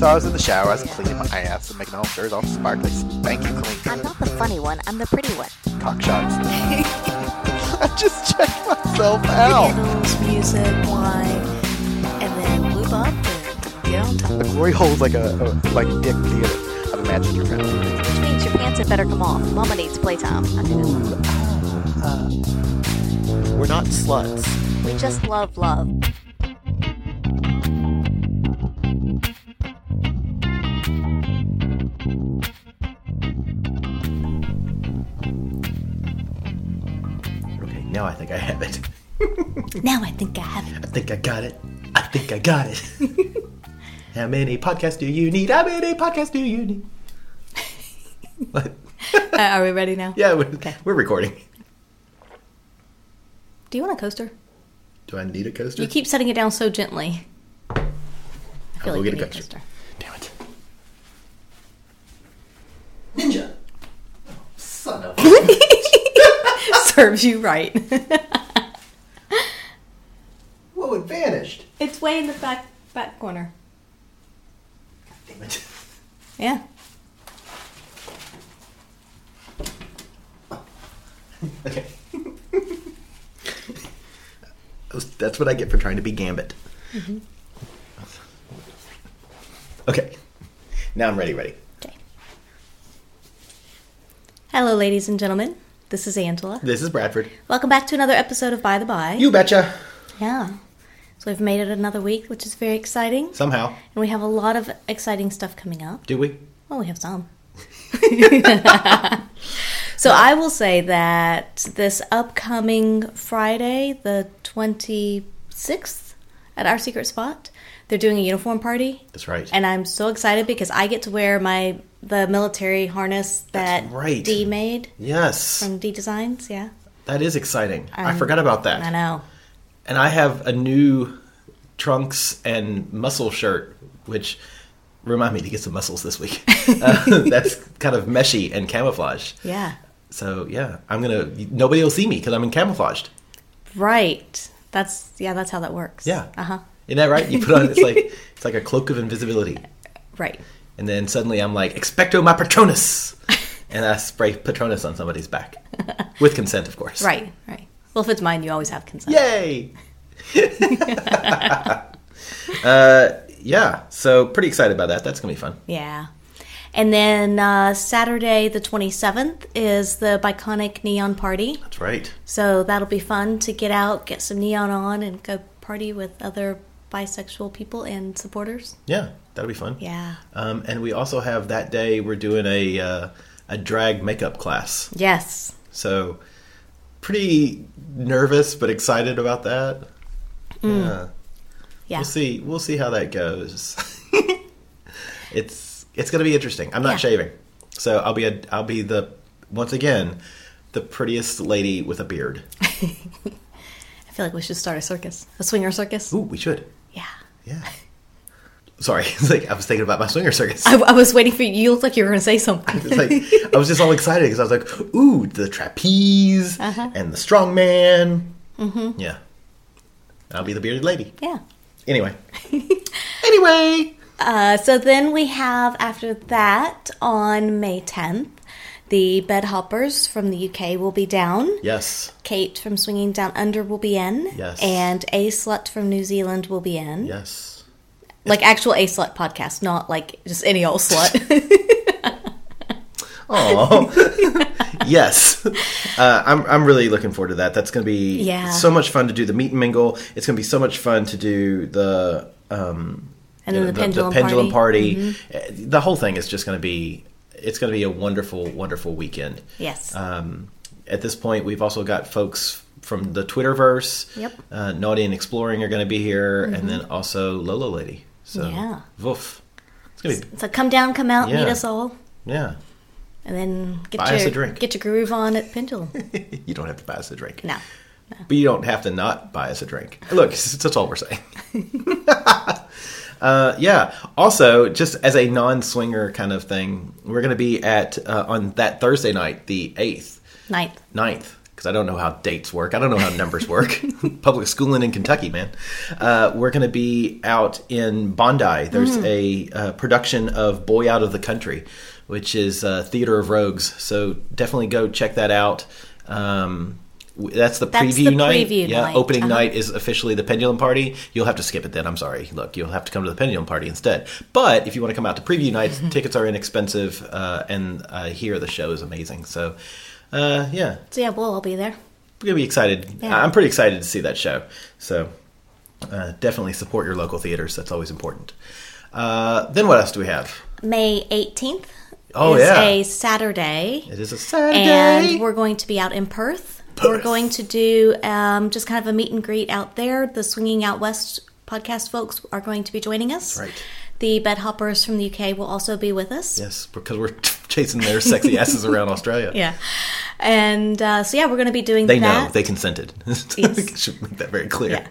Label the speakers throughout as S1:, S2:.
S1: So I was in the shower, I was cleaning my ass and making all sure all sparkly, spanky clean
S2: I'm not the funny one, I'm the pretty one.
S1: cock shots. I just checked myself out.
S2: Candles, music, wine, and then loop up and get on top.
S1: The glory hole is like a, a like dick theater. I've imagined your friend.
S2: Which means your pants had better come off. Mama needs playtime.
S3: We're not sluts.
S2: We just love love.
S3: Okay, now I think I have it.
S2: Now I think I have
S3: I
S2: it.
S3: think I got it. I think I got it. How many podcasts do you need? How many podcasts do you need? What?
S2: Uh, are we ready now?
S3: Yeah, we're, we're recording.
S2: Do you want a coaster?
S3: Do I need a coaster?
S2: You keep setting it down so gently. I feel
S3: I'll
S2: like
S3: go
S2: you
S3: get a
S2: need
S3: coaster. Damn it.
S2: Serves you right.
S3: Whoa, it vanished.
S2: it's way in the back back corner.
S3: Damn it.
S2: Yeah.
S3: Okay. That was- That's what I get for trying to be Gambit.
S2: Mm-hmm.
S3: Okay. Now I'm ready, ready.
S2: Okay. Hello, ladies and gentlemen. This is Angela.
S3: This is Bradford.
S2: Welcome back to another episode of By the By.
S3: You betcha.
S2: Yeah. So we've made it another week, which is very exciting. And
S3: Somehow.
S2: we have a lot of exciting stuff coming up.
S3: Do we?
S2: Well, we have some. so I will say that this upcoming Friday, the 26th, at our secret spot, they're doing a uniform party.
S3: That's right.
S2: And I'm so excited because I get to wear my the military harness that
S3: That's right.
S2: D made
S3: yes.
S2: from D Designs, yeah. Um,
S3: that is exciting. I forgot about that.
S2: I know.
S3: And I have a new trunks and muscle shirt, which remind me to get some muscles this week. Uh, that's kind of meshy and camouflage.
S2: Yeah.
S3: So yeah, I'm gonna. Nobody will see me because I'm in camouflaged.
S2: Right. That's yeah, that's how that works.
S3: Yeah.
S2: Uh-huh.
S3: Isn't that right? You put on it's like it's like a cloak of invisibility,
S2: Right.
S3: and then suddenly I'm like expecto my patronus, and I spray patronus on somebody's back with consent, of course.
S2: Right, right. Well, if it's mine, you always have consent.
S3: Yay! uh, yeah. So pretty excited about that. That's gonna be fun.
S2: Yeah. And then uh, Saturday, the 27th, is the Biconic Neon Party.
S3: That's right.
S2: So that'll be fun to get out, get some neon on, and go party with other bisexual people and supporters.
S3: Yeah, that'll be fun.
S2: Yeah.
S3: Um, and we also have that day we're doing a uh, a drag makeup class.
S2: Yes.
S3: So pretty nervous but excited about that. Yeah.
S2: Yeah.
S3: We'll see we'll see how that goes. it's it's gonna be interesting. I'm not
S2: Yeah.
S3: shaving. So I'll be a I'll be the once again the prettiest lady with a beard.
S2: I feel like we should start a circus, a swinger circus.
S3: Ooh, we should.
S2: Yeah.
S3: Yeah. Sorry, it's like I was thinking about my swinger circus.
S2: I, I was waiting for you. You looked like you were going to say something.
S3: It's like I was just all excited because I was like, "Ooh, the trapeze and the strongman." Mm-hmm. Yeah, I'll be the bearded lady.
S2: yeah.
S3: Anyway. anyway.
S2: Uh, so then we have after that on May 10th, the Bed Hoppers from the UK will be down.
S3: Yes.
S2: Kate from Swinging Down Under will be in.
S3: Yes.
S2: And A Slut from New Zealand will be in.
S3: Yes.
S2: Like actual A Slut podcast, not like just any old slut.
S3: Oh. yes. Uh, I'm I'm really looking forward to that. That's going to be
S2: Yeah.
S3: so much fun to do the meet and mingle. It's going to be so much fun to do the um
S2: And
S3: you
S2: then
S3: know,
S2: the pendulum Mm-hmm.
S3: party. Uh, The whole thing is just going to be it's going to be a wonderful wonderful weekend.
S2: yes.
S3: Um, at this point, we've also got folks from the Twitterverse.
S2: Yep. Mm-hmm.
S3: Uh, Naughty and Exploring are going to be here, and then also Lolo Lady. So,
S2: Yeah.
S3: woof. It's going to be,
S2: So come down, come out,
S3: Yeah.
S2: meet us all,
S3: yeah.
S2: and then get
S3: Buy
S2: your
S3: us a drink.
S2: get your groove on at Pendulum.
S3: You don't have to buy us a drink.
S2: no,
S3: But you don't have to not buy us a drink. Look, that's all we're saying. uh, yeah. Also, just as a non-swinger kind of thing, we're going to be at uh, on that Thursday night, the eighth,
S2: ninth.
S3: 9th, because I don't know how dates work. I don't know how numbers work. Public schooling in Kentucky, man. Uh, we're going to be out in Bondi. There's
S2: Mm.
S3: a uh, production of Boy Out of the Country, which is uh, Theater of Rogues. So definitely go check that out. Um, w- that's the
S2: That's
S3: preview
S2: the
S3: night.
S2: preview
S3: yeah,
S2: night.
S3: opening
S2: Uh-huh.
S3: night is officially the Pendulum Party. You'll have to skip it then. I'm sorry. Look, you'll have to come to the Pendulum Party instead. But if you want to come out to preview nights, tickets are inexpensive, uh, and uh, here the show is amazing. So, uh, yeah,
S2: So yeah, we'll all be there.
S3: we're gonna be excited.
S2: Yeah.
S3: I'm pretty excited to see that show. So uh, definitely support your local theaters. That's always important. Uh, then what else do we have?
S2: May eighteenth
S3: Oh,
S2: is
S3: yeah.
S2: a Saturday.
S3: It is a Saturday.
S2: and we're going to be out in Perth. We're going to do um, just kind of a meet and greet out there. The Swinging Out West podcast folks are going to be joining us.
S3: right.
S2: The bed hoppers from the UK will also be with us.
S3: yes, because we're chasing their sexy asses around Australia.
S2: Yeah. And uh, so, yeah, we're going to be doing
S3: They
S2: that.
S3: know. They consented. Should make that very clear.
S2: Yeah.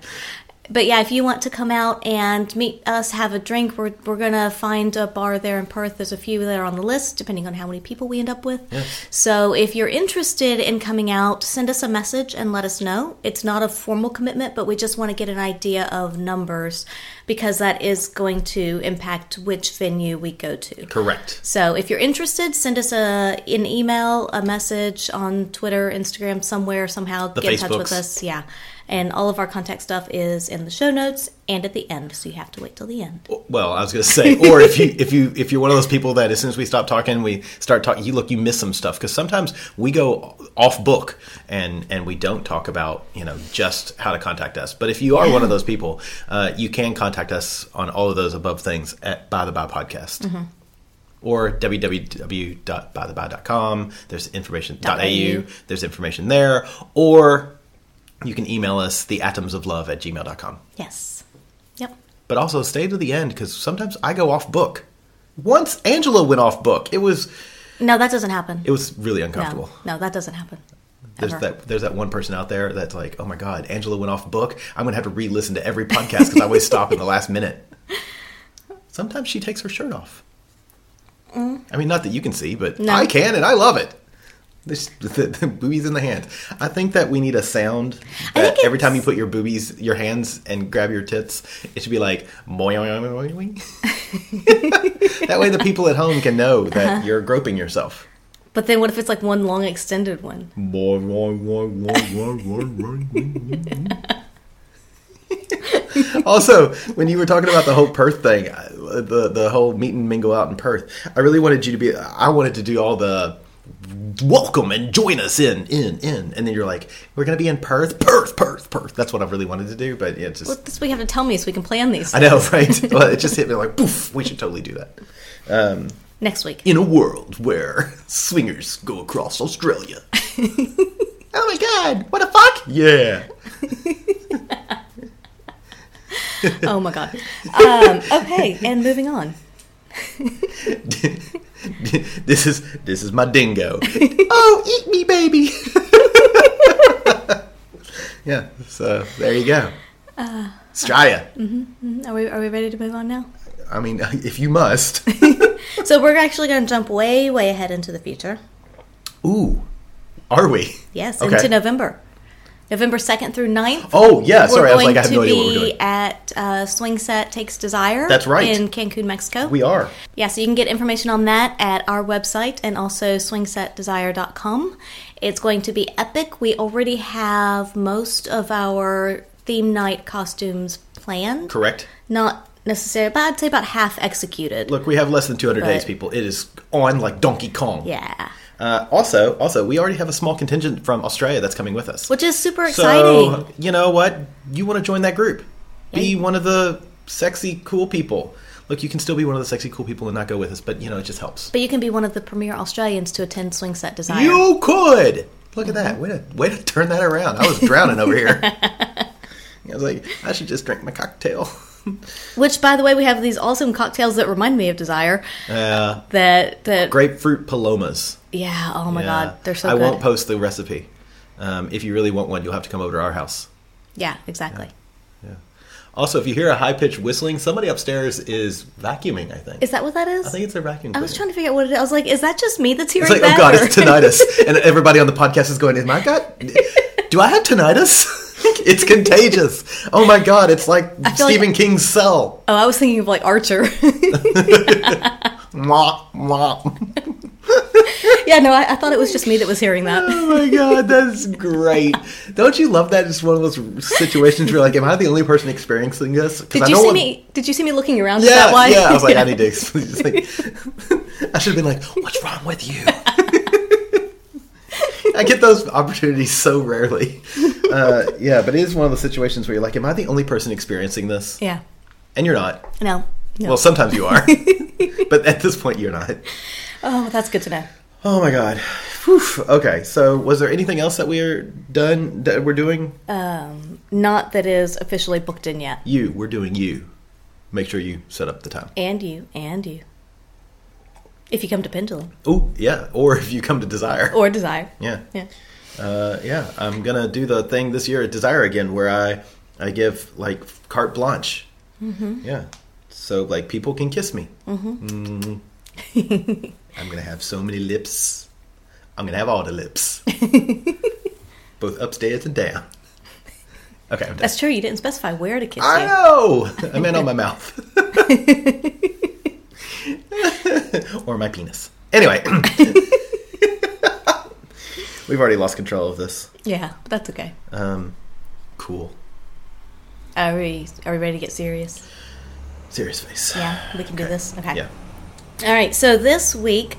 S2: But yeah, if you want to come out and meet us, have a drink, we're, we're going to find a bar there in Perth. There's a few that are on the list, depending on how many people we end up with. So if you're interested in coming out, send us a message and let us know. It's not a formal commitment, but we just want to get an idea of numbers because that is going to impact which venue we go to.
S3: Correct.
S2: So if you're interested, send us a an email, a message on Twitter, Instagram, somewhere, somehow get in touch with
S3: Facebooks.
S2: us. Yeah. And all of our contact stuff is in the show notes and at the end, so you have to wait till the end.
S3: Well, I was going to say, or if you if you if you're one of those people that as soon as we stop talking, we start talking. You look, you miss some stuff because sometimes we go off book and and we don't talk about you know just how to contact us. But if you are one of those people, uh, you can contact us on all of those above things at By the By Podcast. Or www.bytheby.com. There's information
S2: Dot
S3: .au.
S2: AU.
S3: There's information there. Or you can email us the atoms of love at gmail.com
S2: Yes. Yep.
S3: but also stay to the end because sometimes I go off book. Once Angela went off book, it was
S2: No, that doesn't happen.
S3: it was really
S2: no,
S3: uncomfortable.
S2: no, that doesn't happen.
S3: There's
S2: Ever.
S3: that there's that one person out there that's like, oh my god, Angela went off book. I'm gonna have to re-listen to every podcast because I always stop in the last minute. Sometimes she takes her shirt off. I mean, not that you can see, but
S2: Mm. No.
S3: I can, and I love it. This, the, the boobies in the hand. I think that we need a sound that
S2: think
S3: every time you
S2: it's-
S3: put your boobies, your hands, and grab your tits, it should be like moing, moing, moing. that way, the people at home can know that
S2: Uh-huh.
S3: you're groping yourself.
S2: But then what if it's like one long extended one?
S3: Moing, moing, moing, moing, moing, moing, moing, moing, moing. also, when you were talking about the whole Perth thing, I- the the whole meet and mingle out in Perth, I really wanted you to be. I wanted to do all the welcome and join us in in in, and then you're like, we're gonna be in Perth, Perth, Perth, Perth. That's what I really wanted to do, but it just
S2: But this we have to tell me so we can plan these
S3: I know, right? well, it just hit me like, poof, we should totally do that.
S2: next week.
S3: In a world where swingers go across Australia. oh my god, what a fuck? Yeah.
S2: Oh my god. Um, okay, and moving on.
S3: this is this is my dingo. oh, eat me, baby. yeah, so there you go.
S2: Uh,
S3: Straya.
S2: mm. Are we are we ready to move on now?
S3: I mean, if you must.
S2: So we're actually going to jump way way ahead into the future.
S3: Ooh, are we?
S2: Yes,
S3: Okay.
S2: into November. November 2nd through 9th.
S3: Oh, yeah.
S2: we're
S3: Sorry, I was
S2: going
S3: like, I have
S2: to
S3: no
S2: be
S3: idea what we're doing.
S2: at uh, Swing Set Takes Desire.
S3: That's right.
S2: In Cancun, Mexico.
S3: We are.
S2: Yeah, so you can get information on that at our website and also swingsetdesire.com. It's going to be epic. We already have most of our theme night costumes planned.
S3: Correct.
S2: Not necessarily, but I'd say about half executed.
S3: Look, we have less than 200 days,
S2: But-
S3: people. It is on like Donkey Kong.
S2: Yeah.
S3: Uh, also, also, we already have a small contingent from Australia that's coming with us.
S2: Which is super exciting.
S3: So, you know what? You want to join that group. Be one of the sexy, cool people. Look, you can still be one of the sexy, cool people and not go with us, but, you know, it just helps.
S2: But you can be one of the premier Australians to attend Swing Set Desire.
S3: You could! Look at
S2: Mm-hmm.
S3: that. Way to, way to turn that around. I was drowning over here. I was like, I should just drink my cocktail.
S2: Which, by the way, we have these awesome cocktails that remind me of Desire.
S3: Yeah.
S2: That that
S3: Uh, Grapefruit palomas.
S2: yeah. Oh my
S3: Yeah.
S2: god, they're so
S3: I
S2: good.
S3: won't post the recipe. Um, if you really want one, you'll have to come over to our house.
S2: yeah, exactly.
S3: Also, if you hear a high pitched whistling, somebody upstairs is vacuuming. I think.
S2: Is that what that is?
S3: I think it's their vacuum.
S2: I was trying to figure out what it is. I was like, is that just me that's hearing
S3: It's like,
S2: that?
S3: oh god,
S2: or-
S3: it's tinnitus, and everybody on the podcast is going, "Is my god? Do I have tinnitus? it's contagious. Oh my god, it's like
S2: feel like-
S3: Stephen King's cell.
S2: oh, I was thinking of like Archer.
S3: Mwah, mwah.
S2: yeah, no, I, I thought it was just me that was hearing that.
S3: Oh my god, that's great. Don't you love that? It's one of those situations where, like, am I the only person experiencing this? 'Cause I
S2: Did you
S3: know
S2: see
S3: what-
S2: me? Did you see me looking around?
S3: Yeah,
S2: is that why?
S3: yeah. I was like, I need to. explain. It's like- I should have been like, what's wrong with you? I get those opportunities so rarely. Uh, yeah, but it is one of those situations where you're like, am I the only person experiencing this?
S2: yeah.
S3: And you're not.
S2: No. No.
S3: Well, sometimes you are, but at this point, you're not.
S2: oh, that's good to know.
S3: Oh my god. Whew. Okay. So, was there anything else that we're done? That we're doing
S2: Um, Not that is officially booked in yet.
S3: you. We're doing you. Make sure you set up the time.
S2: And you, and you. If you come to Pendulum
S3: Oh yeah. Or if you come to Desire.
S2: or Desire.
S3: Yeah.
S2: Yeah.
S3: Uh, yeah, I'm gonna do the thing this year at Desire again, where I I give like carte blanche. Mm-hmm. Yeah, so like people can kiss me. Mm-hmm. I'm gonna have so many lips. I'm gonna have all the lips, both upstairs and down. Okay, I'm done.
S2: That's true. You didn't specify where to kiss
S3: I
S2: you.
S3: know. I meant on my mouth or my penis. Anyway, we've already lost control of this.
S2: Yeah, but that's okay.
S3: Um, Cool.
S2: Are we are we ready to get serious?
S3: Serious face.
S2: Yeah, we can do this. Okay.
S3: Yeah.
S2: All right, so this week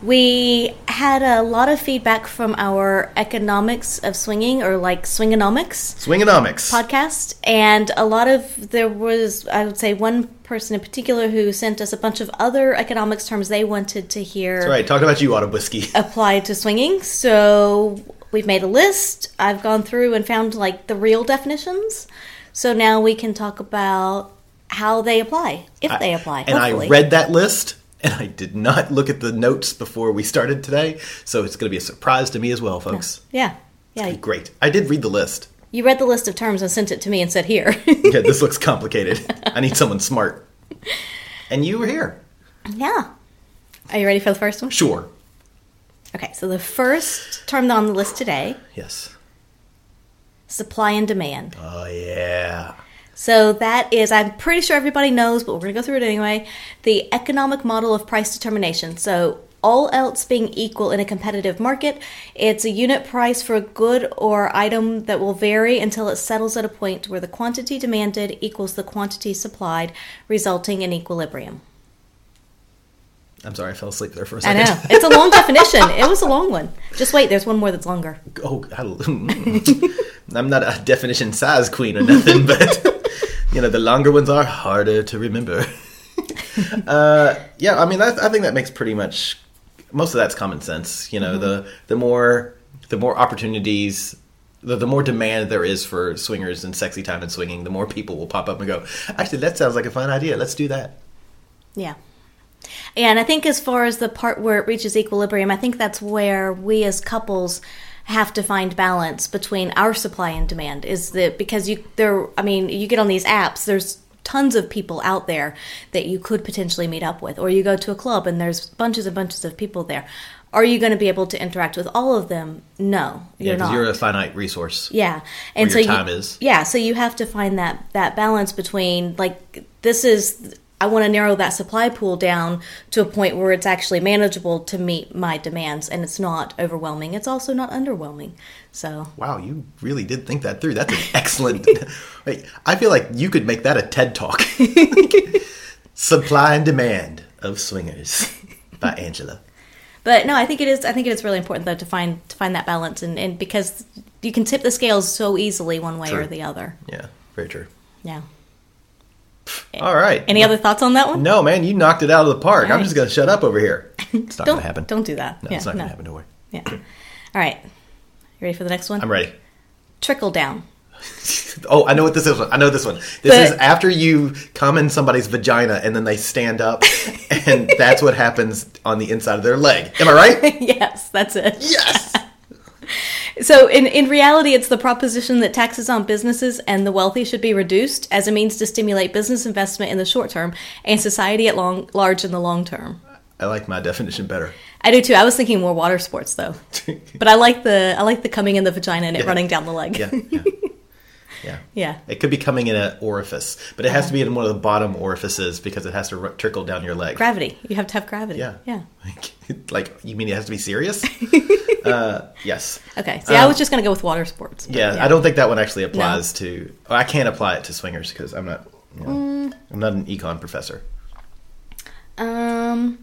S2: we had a lot of feedback from our economics of swinging or like swingonomics
S3: Swingonomics.
S2: podcast and a lot of there was I would say one person in particular who sent us a bunch of other economics terms they wanted to hear
S3: All right, talking about you, Autumn Whiskey.
S2: applied to swinging. So we've made a list. I've gone through and found like the real definitions. So now we can talk about how they apply, if they apply.
S3: and
S2: hopefully.
S3: I read that list, and I did not look at the notes before we started today, so it's going to be a surprise to me as well, folks.
S2: Yeah. Yeah.
S3: Great. I did read the list.
S2: You read the list of terms and sent it to me and said, here.
S3: Okay, this looks complicated. I need someone smart. And you were here.
S2: yeah. Are you ready for the first one?
S3: Sure.
S2: Okay, so the first term on the list today
S3: Yes.
S2: supply and demand.
S3: Oh, yeah.
S2: So that is, I'm pretty sure everybody knows, but we're going to go through it anyway the economic model of price determination. So, all else being equal in a competitive market, it's a unit price for a good or item that will vary until it settles at a point where the quantity demanded equals the quantity supplied, resulting in equilibrium.
S3: I'm sorry, I fell asleep there for a
S2: I
S3: second.
S2: know. It's a long definition. It was a long one. Just wait, there's one more that's longer.
S3: Oh, I, mm. I'm not a definition size queen or nothing, but you know the longer ones are harder to remember. uh, yeah, I mean, I, I think that makes pretty much most of that's common sense. You know,
S2: Mm-hmm.
S3: the the more the more opportunities. The, the more demand there is for swingers and sexy time and swinging, the more people will pop up and go, actually, that sounds like a fun idea. Let's do that.
S2: Yeah. And I think as far as the part where it reaches equilibrium, I think that's where we as couples have to find balance between our supply and demand is that because you there I mean, you get on these apps, there's tons of people out there that you could potentially meet up with or you go to a club and there's bunches and bunches of people there. Are you going to be able to interact with all of them? No,
S3: Yeah,
S2: you're
S3: because
S2: not.
S3: you're a finite resource.
S2: Yeah, and
S3: your
S2: so
S3: time
S2: you,
S3: is.
S2: yeah, so you have to find that that balance between like this is I want to narrow that supply pool down to a point where it's actually manageable to meet my demands, and it's not overwhelming. It's also not underwhelming. So
S3: Wow, you really did think that through. That's an excellent. Wait, I feel like you could make that a TED talk. Supply and demand of swingers by Angela.
S2: But no, I think it is. I think it is really important though to find to find that balance, and, and because you can tip the scales so easily one way
S3: True.
S2: or the other.
S3: Yeah, very true.
S2: Yeah.
S3: All right.
S2: Any other thoughts on that one?
S3: No, man, you knocked it out of the park. I'm
S2: right.
S3: just going to shut up over here. It's not going
S2: Don't
S3: to happen.
S2: don't do that.
S3: No,
S2: yeah,
S3: it's not
S2: no.
S3: going to happen. Don't worry.
S2: Yeah. All right. You ready for the next one?
S3: I'm ready.
S2: Trickle down.
S3: Oh, I know what this is. I know this one. This
S2: But-
S3: is after you come in somebody's vagina and then they stand up, and that's what happens on the inside of their leg. Am I right?
S2: yes, that's it.
S3: Yes.
S2: So in, in reality, it's the proposition that taxes on businesses and the wealthy should be reduced as a means to stimulate business investment in the short term and society at long, large in the long term.
S3: I like my definition better.
S2: I do too. I was thinking more water sports though, but I like the I like the coming in the vagina and it running down the leg.
S3: Yeah. Yeah. yeah.
S2: Yeah.
S3: It could be coming in an orifice, but it has to be in one of the bottom orifices because it has to r- trickle down your leg.
S2: Gravity. You have to have gravity.
S3: Yeah.
S2: Yeah.
S3: Like, like, you mean it has to be serious? uh, yes.
S2: Okay. See, I was just gonna go with water sports. but
S3: Um, Yeah, I don't think that one actually applies to. I can't apply it to swingers because I'm not. You know, I'm not an econ professor.
S2: Um.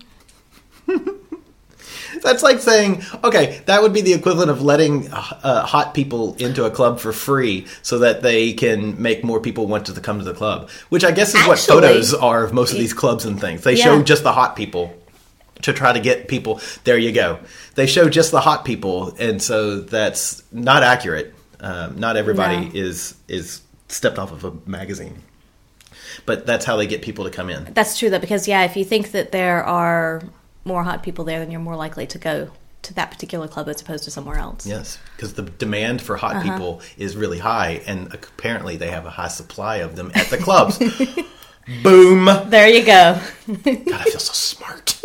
S3: That's like saying, okay, that would be the equivalent of letting uh, uh, hot people into a club for free so that they can make more people want to come to the club, which I guess is what
S2: Actually-
S3: photos are of most of these clubs and things. They
S2: Yeah.
S3: show just the hot people to try to get people. There you go. They show just the hot people, and so that's not accurate. Um, not everybody
S2: No.
S3: is is stepped off of a magazine, but that's how they get people to come in.
S2: That's true, though, because yeah, if you think that there are more hot people there, then you're more likely to go to that particular club as opposed to somewhere else.
S3: Yes, because the demand for hot people is really high, and apparently they have a high supply of them at the clubs. Boom! God,
S2: There you go.
S3: I feel so smart.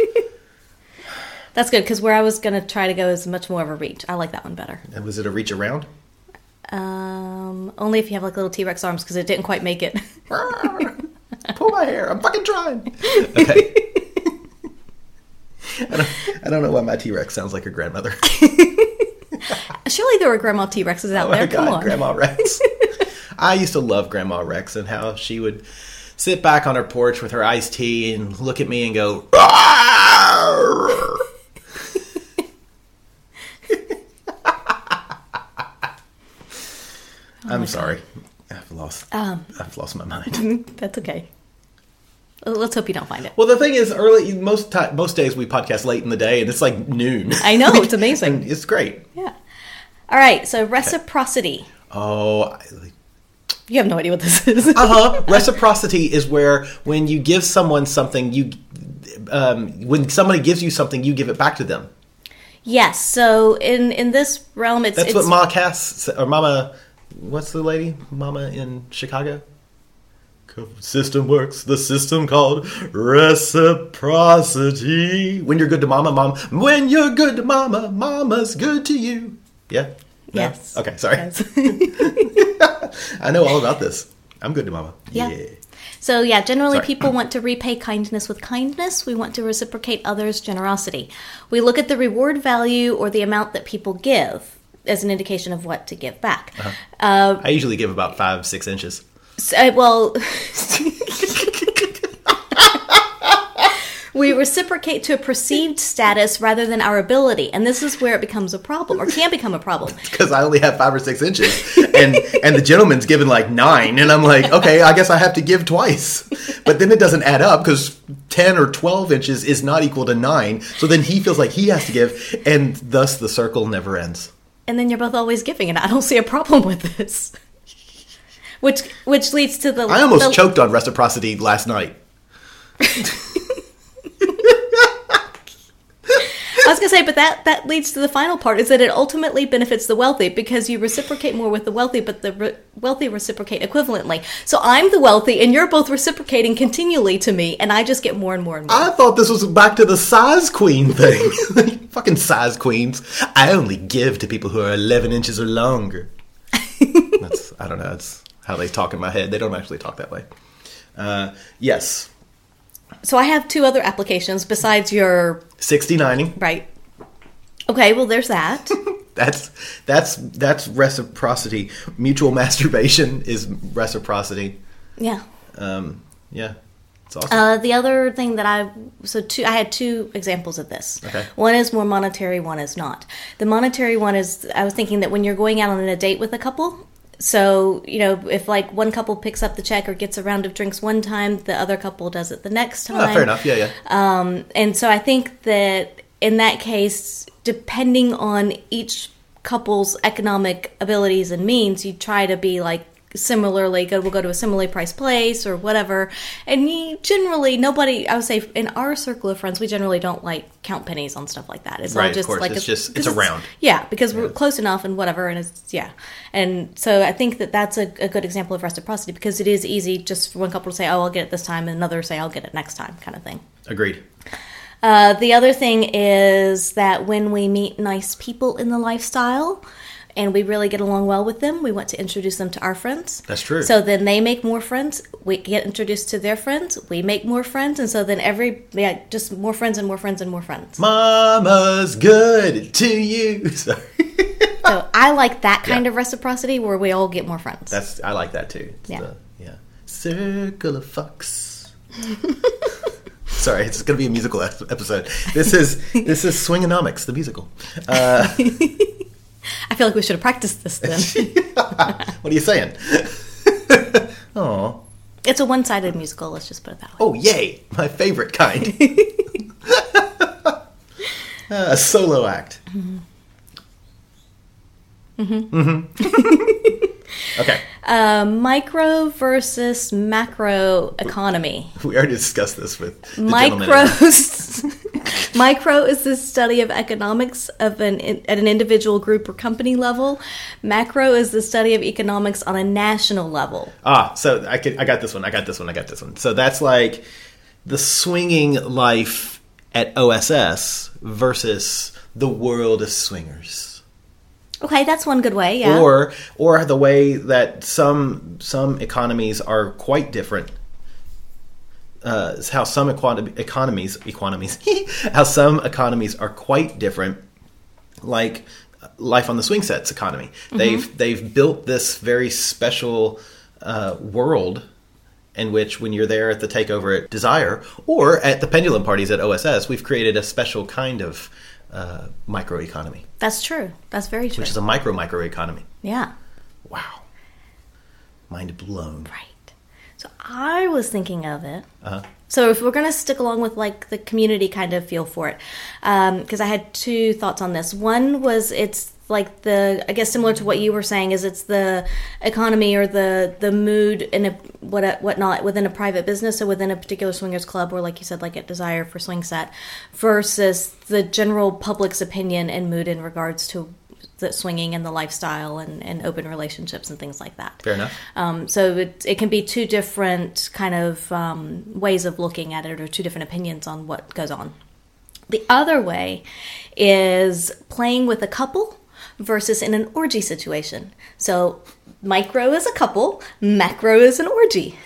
S2: That's good because where I was going to try to go is much more of a reach. I like that one better.
S3: And was it a reach around?
S2: Um, only if you have like little T Rex arms because it didn't quite make it.
S3: Pull my hair. I'm fucking trying. Okay. I don't, I don't know why my T Rex sounds like a grandmother.
S2: Surely there were grandma T Rexes out
S3: Oh my
S2: there. Come on.
S3: god, Grandma Rex. I used to love Grandma Rex and how she would sit back on her porch with her iced tea and look at me and go, "Roar!"
S2: Oh
S3: I'm sorry. I've lost
S2: Um.
S3: I've lost my mind.
S2: That's okay. Well, Let's hope you don't find it.
S3: well, the thing is early most ti most days we podcast late in the day and it's like noon.
S2: I know. It's amazing.
S3: it's great.
S2: Yeah. All right. So, reciprocity.
S3: Oh, I,
S2: You have no idea what this is.
S3: uh-huh reciprocity is where when you give someone something you um, when somebody gives you something you give it back to them
S2: yes. So, in in this realm, it's.
S3: that's
S2: it's
S3: what ma cass sa- or mama what's the lady mama in chicago Co- system works the system called reciprocity when you're good to mama mom when you're good to mama mama's good to you yeah No?
S2: Yes.
S3: okay sorry i know all about this i'm good to mama
S2: Yeah. So yeah, generally
S3: Sorry.
S2: people want to repay kindness with kindness. We want to reciprocate others' generosity. We look at the reward value or the amount that people give as an indication of what to give back.
S3: Uh-huh. i usually give about five six inches
S2: So, uh, well, we reciprocate to a perceived status rather than our ability, and this is where it becomes a problem or can become a problem.
S3: because I only have five or six inches, and and the gentleman's given like nine, and I'm like, okay, I guess I have to give twice. But then it doesn't add up because ten or twelve inches is not equal to nine. So then he feels like he has to give, and thus the circle never ends.
S2: and then you're both always giving, and I don't see a problem with this. Which which leads to the
S3: I almost
S2: the,
S3: choked on reciprocity last night.
S2: I was gonna say, but that that leads to the final part is that it ultimately benefits the wealthy because you reciprocate more with the wealthy, but the re- wealthy reciprocate equivalently. So I'm the wealthy, and you're both reciprocating continually to me, and I just get more and more and more.
S3: I thought this was back to the size queen thing. Fucking size queens. I only give to people who are eleven inches or longer. That's I don't know. That's how they talk in my head. They don't actually talk that way. Uh, yes,
S2: so I have two other applications besides your
S3: 69ing.
S2: right. Okay, well there's that.
S3: That's that's that's reciprocity. Mutual masturbation is reciprocity.
S2: yeah.
S3: Um, yeah, it's awesome. Ah,
S2: Uh, the other thing that I so two I had two examples of this.
S3: Okay.
S2: One is more monetary, one is not. The monetary one is I was thinking that when you're going out on a date with a couple, so you know if like one couple picks up the check or gets a round of drinks one time, the other couple does it the next time.
S3: Ah, fair enough. Yeah, yeah.
S2: And so I think that in that case, depending on each couple's economic abilities and means, you try to be like similarly good. We'll go to a similarly priced place or whatever. And you generally nobody, I would say, in our circle of friends, we generally don't like count pennies on stuff like that. It's
S3: Right,
S2: all
S3: of
S2: just
S3: course.
S2: like
S3: It's just- it's
S2: because
S3: around.
S2: Yeah, because we're close enough and whatever, and it's yeah. And so I think that that's a, a good example of reciprocity because it is easy just for one couple to say, "Oh, I'll get it this time," and another say, "I'll get it next time," kind of thing.
S3: Agreed.
S2: Uh, the other thing is that when we meet nice people in the lifestyle and we really get along well with them, we want to introduce them to our friends.
S3: That's true.
S2: So then they make more friends. We get introduced to their friends. We make more friends. And so then every, yeah, just more friends and more friends and more friends.
S3: Mama's good to you. Sorry.
S2: So I like that kind
S3: Yeah.
S2: of reciprocity where we all get more friends.
S3: That's I like that too. It's
S2: Yeah.
S3: the- yeah. Circle of fucks. Sorry, it's going to be a musical ep- episode. This is this is Swingonomics, the musical.
S2: I feel like we should have practiced this then.
S3: What are you saying? oh,
S2: it's a one sided musical, let's just put it that way.
S3: oh, yay! My favorite kind. Uh, a solo act. Mm-hmm. Mm-hmm. okay,
S2: Uh, micro versus macro economy.
S3: we already discussed this with the gentleman.
S2: micro micro is the study of economics of an at an individual group or company level macro is the study of economics on a national level
S3: Ah, so I could, I got this one. I got this one. I got this one. So that's like the swinging life at OSS versus the world of swingers.
S2: okay that's one good way yeah
S3: Or or the way that some some economies are quite different. Uh, is how some equan- economies economies how some economies are quite different like uh, life on the swing sets economy. They've they've built this very special uh, world in which when you're there at the takeover at Desire or at the pendulum parties at OSS, we've created a special kind of uh, microeconomy,
S2: that's true that's very true
S3: which is a micro microeconomy.
S2: yeah
S3: Wow. Mind blown.
S2: right so i was thinking of it
S3: Uh-huh.
S2: so if we're going to stick along with like the community kind of feel for it because i had two thoughts on this one was it's like the i guess similar to what you were saying is it's the economy or the the mood in a what uh, whatnot within a private business or within a particular swingers club or like you said like at desire for swing set versus the general public's opinion and mood in regards to the swinging and the lifestyle and, and open relationships and things like that
S3: Fair enough.
S2: um, so it, it can be two different kind of um, ways of looking at it or two different opinions on what goes on. The other way is playing with a couple versus in an orgy situation. So micro is a couple, macro is an orgy.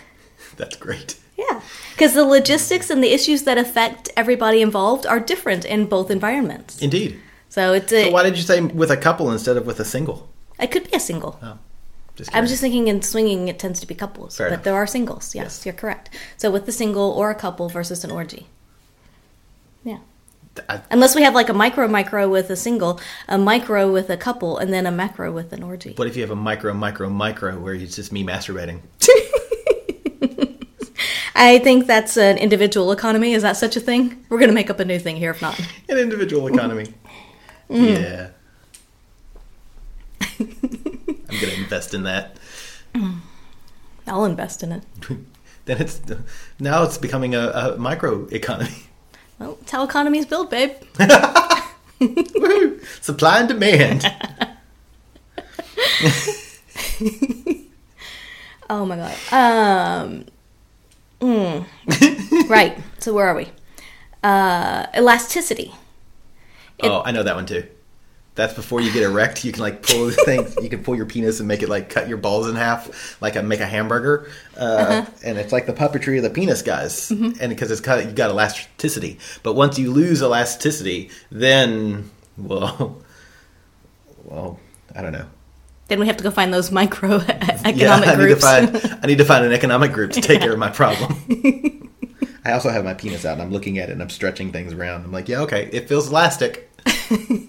S3: That's great.
S2: Yeah. Because the logistics and the issues that affect everybody involved are different in both environments.
S3: Indeed.
S2: So it's a,
S3: So why did you say with a couple instead of with a single?
S2: it could be a single.
S3: Just
S2: Oh. I'm
S3: curious.
S2: just thinking in swinging, it tends to be couples,
S3: Fair
S2: but
S3: enough.
S2: there are singles. Yes,
S3: Yes.
S2: you're correct. So with the single or a couple versus an orgy. Yeah.
S3: I-
S2: Unless we have like a micro micro with a single, a micro with a couple, and then a macro with an orgy.
S3: what if you have a micro, micro, micro where it's just me masturbating?
S2: I think that's an individual economy. Is that such a thing? We're going to make up a new thing here if not.
S3: An individual economy.
S2: Mm-hmm.
S3: Yeah. I'm going to invest in that.
S2: I'll invest in it.
S3: Then it's now it's becoming a, a micro economy.
S2: Well, it's how economies build, babe.
S3: Supply and demand.
S2: Oh my god. Um. mm. right. So where are we? Uh, elasticity.
S3: oh, I know that one too. That's before you get erect. You can like pull things. You can pull your penis and make it like cut your balls in half, like a, make a hamburger. Uh,
S2: Uh-huh.
S3: And it's like the puppetry of the penis, guys.
S2: Mm-hmm.
S3: And because it's kind of you got elasticity. But once you lose elasticity, then well, well, I don't know.
S2: Then we have to go find those micro economic
S3: Yeah, I need to
S2: groups.
S3: find I need to find an economic group to take care of my problem. I also have my penis out and I'm looking at it and I'm stretching things around. I'm like, yeah, okay, it feels elastic.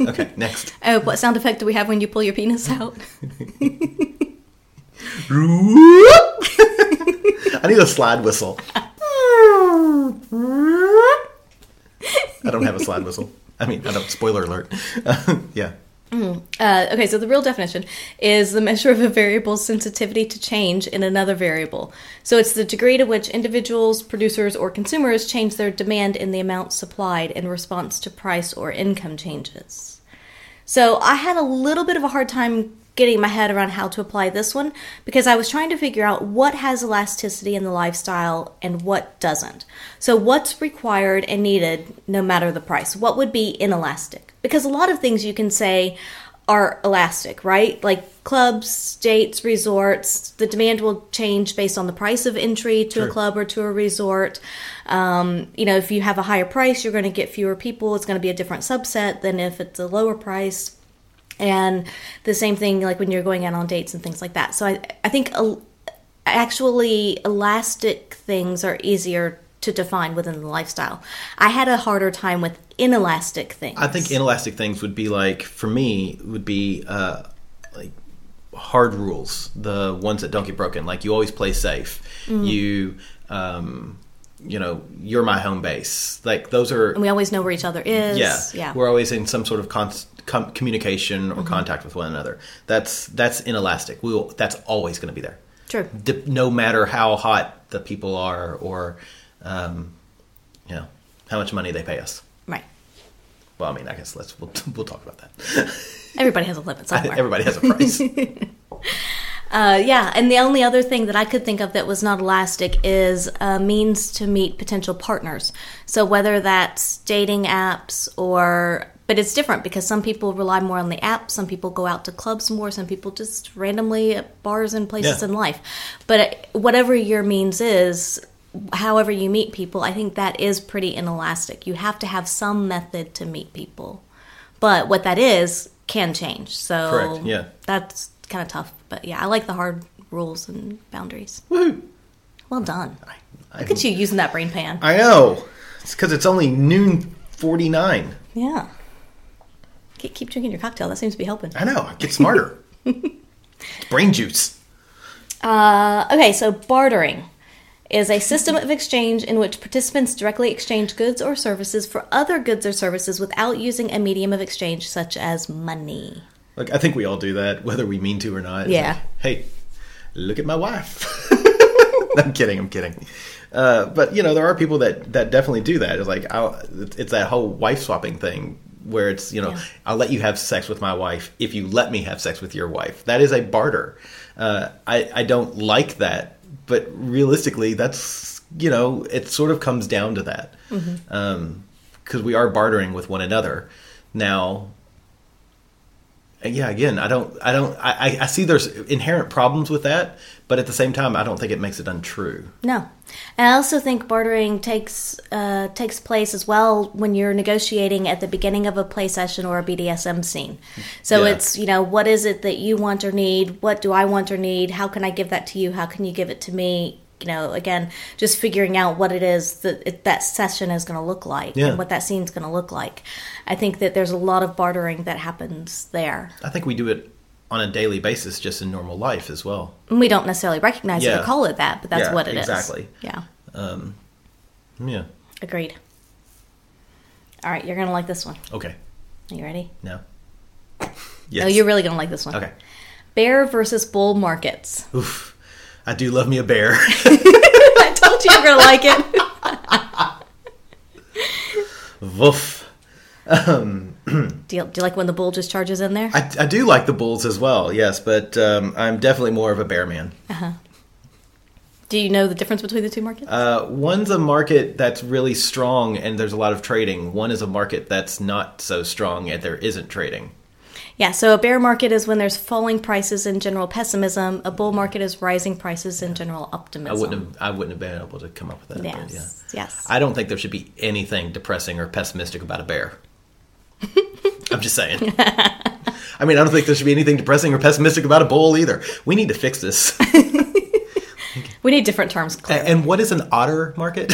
S3: okay, next.
S2: oh, what sound effect do we have when you pull your penis out?
S3: I need a slide whistle. I don't have a slide whistle. I mean, I don't. Spoiler alert. yeah.
S2: Uh, okay, so the real definition is the measure of a variable's sensitivity to change in another variable. So it's the degree to which individuals, producers, or consumers change their demand in the amount supplied in response to price or income changes. So I had a little bit of a hard time getting my head around how to apply this one because I was trying to figure out what has elasticity in the lifestyle and what doesn't. So what's required and needed no matter the price? What would be inelastic? Because a lot of things you can say are elastic, right? Like clubs, dates, resorts, the demand will change based on the price of entry to a club or to a resort. Um, you know, if you have a higher price, you're going to get fewer people. It's going to be a different subset than if it's a lower price and the same thing like when you're going out on dates and things like that so i, I think el- actually elastic things are easier to define within the lifestyle i had a harder time with inelastic things
S3: I think inelastic things would be like for me would be uh, like hard rules, the ones that don't get broken. Like you always play safe. You, um, you know, you're my home base. Like those are
S2: and we always know where each other is
S3: yeah,
S2: yeah Mm-hmm.
S3: We're always in some sort of con- com- communication or contact with one another. That's that's inelastic. We will, that's always going to be there.
S2: true
S3: Dip, no matter how hot the people are, or um, you know, how much money they pay us.
S2: right
S3: Well, I mean, I guess let's we'll, we'll talk about that.
S2: everybody has a limit somewhere
S3: Everybody has a price.
S2: Uh, yeah, and the only other thing that I could think of that was not elastic is uh, means to meet potential partners. So whether that's dating apps or, but it's different because some people rely more on the app, some people go out to clubs more, some people just randomly at bars and places
S3: Yeah.
S2: in life. But uh, whatever your means is, however you meet people, I think that is pretty inelastic. You have to have some method to meet people, but what that is can change. So
S3: Correct, yeah.
S2: that's kind of tough, but yeah, I like the hard rules and boundaries. Well done. Look at you using that brain pan.
S3: I know. It's because it's only noon forty nine.
S2: yeah. Keep, keep drinking your cocktail. That seems to be helping.
S3: I know. I get smarter. It's brain juice.
S2: Uh, okay, so bartering is a system of exchange in which participants directly exchange goods or services for other goods or services without using a medium of exchange such as money.
S3: Like I think we all do that, whether we mean to or not. It's
S2: Yeah.
S3: like, hey, look at my wife. I'm kidding. I'm kidding. Uh, but you know, there are people that that definitely do that. It's like I'll, it's it's that whole wife swapping thing where it's you know I'll let you have sex with my wife if you let me have sex with your wife. That is a barter. Uh, I I don't like that, but realistically, that's you know it sort of comes down to that because we are bartering with one another now. And yeah again i don't i don't I, I- I see there's inherent problems with that but at the same time i don't think it makes it untrue
S2: No, and I also think bartering takes uh, takes place as well when you're negotiating at the beginning of a play session or a BDSM scene. So
S3: Yeah.
S2: it's you know what is it that you want or need? What do I want or need? How can I give that to you? How can you give it to me? You know, again, just figuring out what it is that it, that session is going to look like
S3: Yeah.
S2: and what that scene's going to look like. I think that there's a lot of bartering that happens there.
S3: i think we do it on a daily basis just in normal life as well
S2: And we don't necessarily recognize it or
S3: Yeah.
S2: call it that, but that's
S3: Yeah,
S2: what it is.
S3: exactly.
S2: Yeah.
S3: yeah
S2: Agreed. All right, you're going to like this one.
S3: okay
S2: Are you ready?
S3: no yes
S2: No, you're really going to like this one.
S3: okay
S2: Bear versus bull markets.
S3: oof i do love me a bear
S2: I told you you were going to like it.
S3: woof
S2: Do you, do you like when the bull just charges in there?
S3: I, I do like the bulls as well yes but um, i'm definitely more of a bear man
S2: Do you know the difference between the two markets?
S3: Uh, one's a market that's really strong and there's a lot of trading one is a market that's not so strong and there isn't trading
S2: yeah, so a bear market is when there's falling prices and general pessimism. A bull market is rising prices and general
S3: I
S2: optimism.
S3: wouldn't have. I wouldn't have been able to come up with that. but
S2: Yes.
S3: yeah.
S2: Yes.
S3: I don't think there should be anything depressing or pessimistic about a bear. I'm just saying. I mean, I don't think there should be anything depressing or pessimistic about a bull either. We need to fix this. A-
S2: we need different terms. Claire.
S3: and what is an otter market?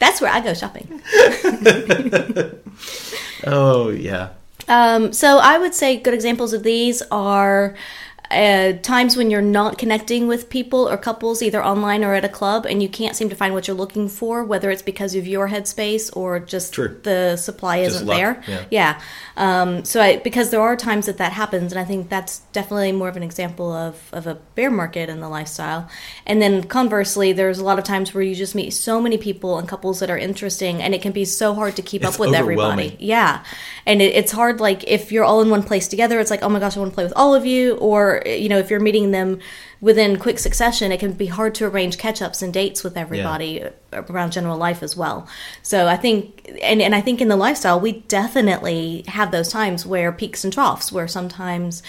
S2: That's where I go shopping.
S3: oh yeah. Oh,
S2: Um, so I would say good examples of these are uh, times when you're not connecting with people or couples either online or at a club and you can't seem to find what you're looking for whether it's because of your headspace or just
S3: True.
S2: the supply
S3: Just
S2: isn't
S3: luck,
S2: there yeah, Um, so I, because there are times that that happens and i think that's definitely more of an example of, of a bear market in the lifestyle and then conversely there's a lot of times where you just meet so many people and couples that are interesting and it can be so hard to keep
S3: It's
S2: up with everybody
S3: overwhelming.
S2: yeah. And it, it's hard, like, if you're all in one place together, it's like, oh my gosh, I want to play with all of you. Or, you know, if you're meeting them within quick succession, it can be hard to arrange catch ups and dates with everybody around general life as well. So I think, and, and I think in the lifestyle, we definitely have those times where peaks and troughs, where sometimes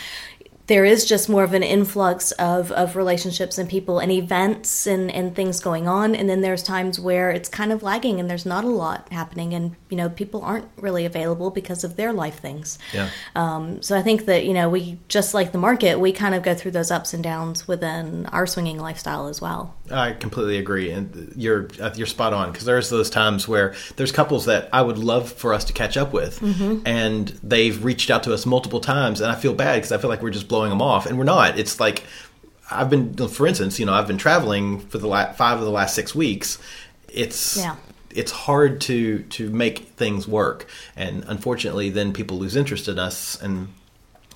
S2: there is just more of an influx of, of relationships and people and events and, and things going on and then there's times where it's kind of lagging and there's not a lot happening and you know people aren't really available because of their life things Um,
S3: Yeah.
S2: so i think that you know we just like the market we kind of go through those ups and downs within our swinging lifestyle as well
S3: I completely agree, and you're uh, you're spot on because there's those times where there's couples that I would love for us to catch up with, and they've reached out to us multiple times, and I feel bad because I feel like we're just blowing them off, and we're not. It's like I've been, for instance, you know, I've been traveling for the la- five of the last six weeks. It's
S2: Yeah.
S3: it's hard to to make things work, and unfortunately, then people lose interest in us, and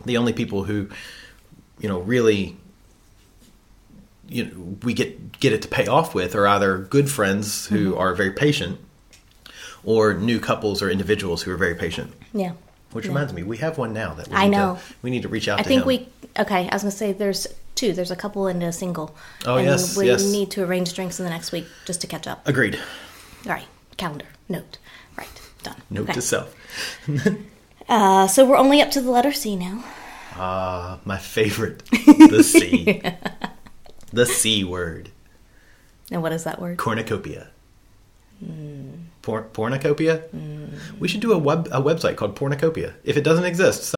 S3: the only people who you know really you know, we get get it to pay off with are either good friends who
S2: Mm-hmm.
S3: are very patient or new couples or individuals who are very patient.
S2: yeah
S3: Which reminds me, we have one now that we
S2: I
S3: need
S2: know.
S3: To, we need to reach out.
S2: i
S3: to
S2: think
S3: him.
S2: we okay i was gonna say there's two there's a couple and a single
S3: Oh,
S2: and
S3: yes,
S2: we
S3: yes.
S2: need to arrange drinks in the next week just to catch up
S3: agreed.
S2: all right calendar note right done
S3: Note
S2: Okay.
S3: to self.
S2: Uh, so we're only up to the letter C now.
S3: Uh, my favorite, the C, the C word,
S2: And what is that word?
S3: cornucopia.
S2: Hmm.
S3: Por- pornucopia. We should do a web a website called Pornucopia. If it doesn't exist,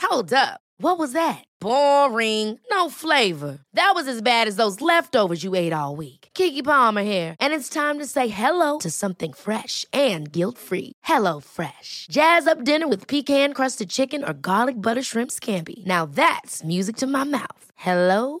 S4: Hold up. What was that? Boring. No flavor. That was as bad as those leftovers you ate all week. Kiki Palmer here, and it's time to say hello to something fresh and guilt-free. Hello Fresh. Jazz up dinner with pecan-crusted chicken or garlic butter shrimp scampi. Now that's music to my mouth. Hello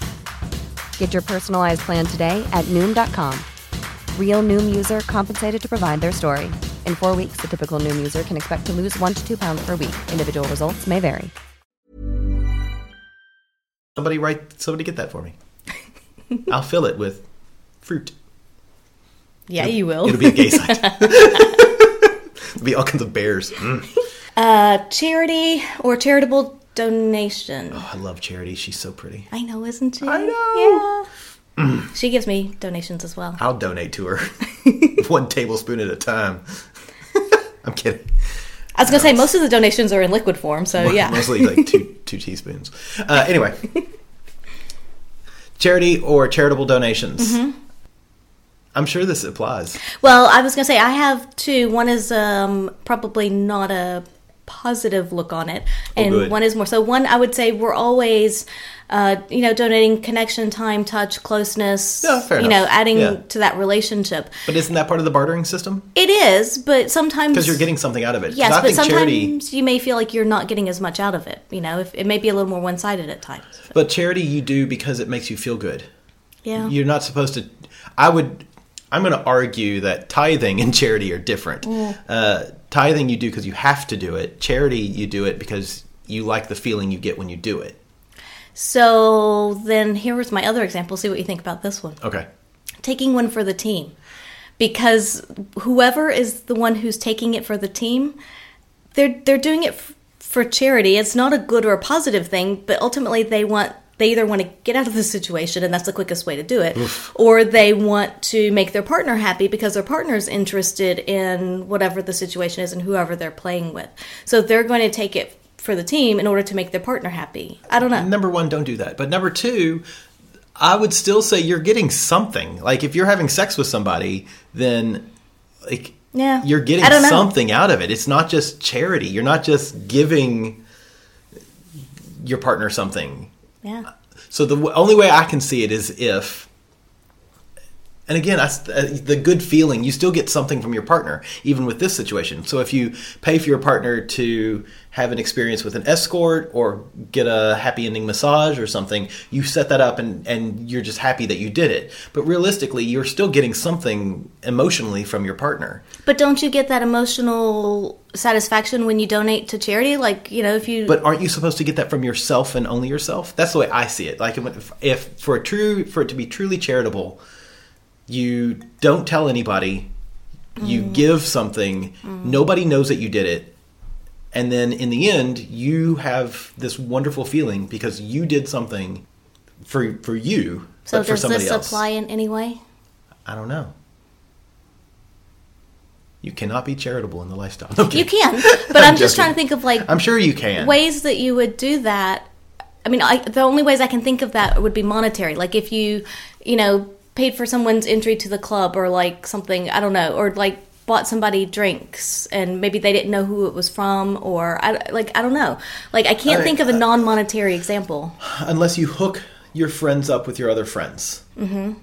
S5: Get your personalized plan today at Noom.com. Real Noom user compensated to provide their story. In four weeks, the typical Noom user can expect to lose one to two pounds per week. Individual results may vary.
S3: Somebody write. Somebody get that for me. I'll fill it with fruit.
S2: Yeah, you
S3: It'll be a gay site. It'll be all kinds of bears. Mm.
S2: Uh, charity or charitable donation.
S3: Oh, I love Charity. She's so pretty.
S2: I know, isn't she?
S3: I know.
S2: Yeah. she gives me donations as well.
S3: I'll donate to her one tablespoon at a time. I'm kidding.
S2: I was gonna say most of the donations are in liquid form, so Oh, yeah.
S3: Mostly like two two teaspoons. Uh, anyway, charity or charitable donations.
S2: Mm-hmm.
S3: I'm sure this applies.
S2: Well, I was gonna say I have two. One is um, probably not a positive look on it, and
S3: Oh, good.
S2: one is more. So one, I would say we're always. Uh, you know, donating connection, time, touch, closeness.
S3: Yeah, fair
S2: you
S3: enough.
S2: know, adding
S3: Yeah.
S2: to that relationship.
S3: But isn't that part of the bartering system?
S2: It is, but sometimes
S3: Because you're getting something out of it. 'Cause
S2: Yes,
S3: I
S2: but
S3: think
S2: sometimes
S3: charity
S2: you may feel like you're not getting as much out of it. You know, if, it may be a little more one sided at times.
S3: But charity you do because it makes you feel good.
S2: Yeah.
S3: You're not supposed to. I would. I'm going to argue that tithing and charity are different. Uh, tithing you do because you have to do it. Charity you do it because you like the feeling you get when you do it.
S2: so then here was my other example. See what you think about this one.
S3: Okay.
S2: Taking one for the team. Because whoever is the one who's taking it for the team, they're they're doing it f- for charity. It's not a good or a positive thing, but ultimately they want they either want to get out of the situation and that's the quickest way to do it, or they want to make their partner happy because their partner's interested in whatever the situation is and whoever they're playing with. So they're going to take it for the team in order to make their partner happy. I don't know.
S3: Number one, don't do that. But number two, I would still say you're getting something. Like if you're having sex with somebody, then like
S2: Yeah.
S3: you're getting
S2: I don't know.
S3: something out of it. It's not just charity. You're not just giving your partner something.
S2: Yeah.
S3: So the w- only way I can see it is if, and again, that's the, the good feeling. You still get something from your partner, even with this situation. So if you pay for your partner to have an experience with an escort or get a happy ending massage or something, you set that up and, and you're just happy that you did it. But realistically, you're still getting something emotionally from your partner.
S2: But don't you get that emotional satisfaction when you donate to charity? Like, you know, if you
S3: But aren't you supposed to get that from yourself and only yourself? That's the way I see it. Like if, if for a true for it to be truly charitable, you don't tell anybody, you
S2: Mm.
S3: give something, nobody knows that you did it. And then in the end, you have this wonderful feeling because you did something for for you,
S2: so
S3: but for
S2: does
S3: somebody
S2: this
S3: else.
S2: apply in any way?
S3: I don't know. You cannot be charitable in the lifestyle. I'm
S2: You
S3: kidding.
S2: can, but I'm,
S3: joking.
S2: just trying to think of like
S3: I'm sure you can.
S2: ways that you would do that. I mean, I, the only ways I can think of that would be monetary. Like if you, you know, paid for someone's entry to the club or like something, I don't know, or like bought somebody drinks and maybe they didn't know who it was from or I, like I don't know. Like I can't think of a non-monetary example.
S3: unless you hook your friends up with your other friends. Mm-hmm.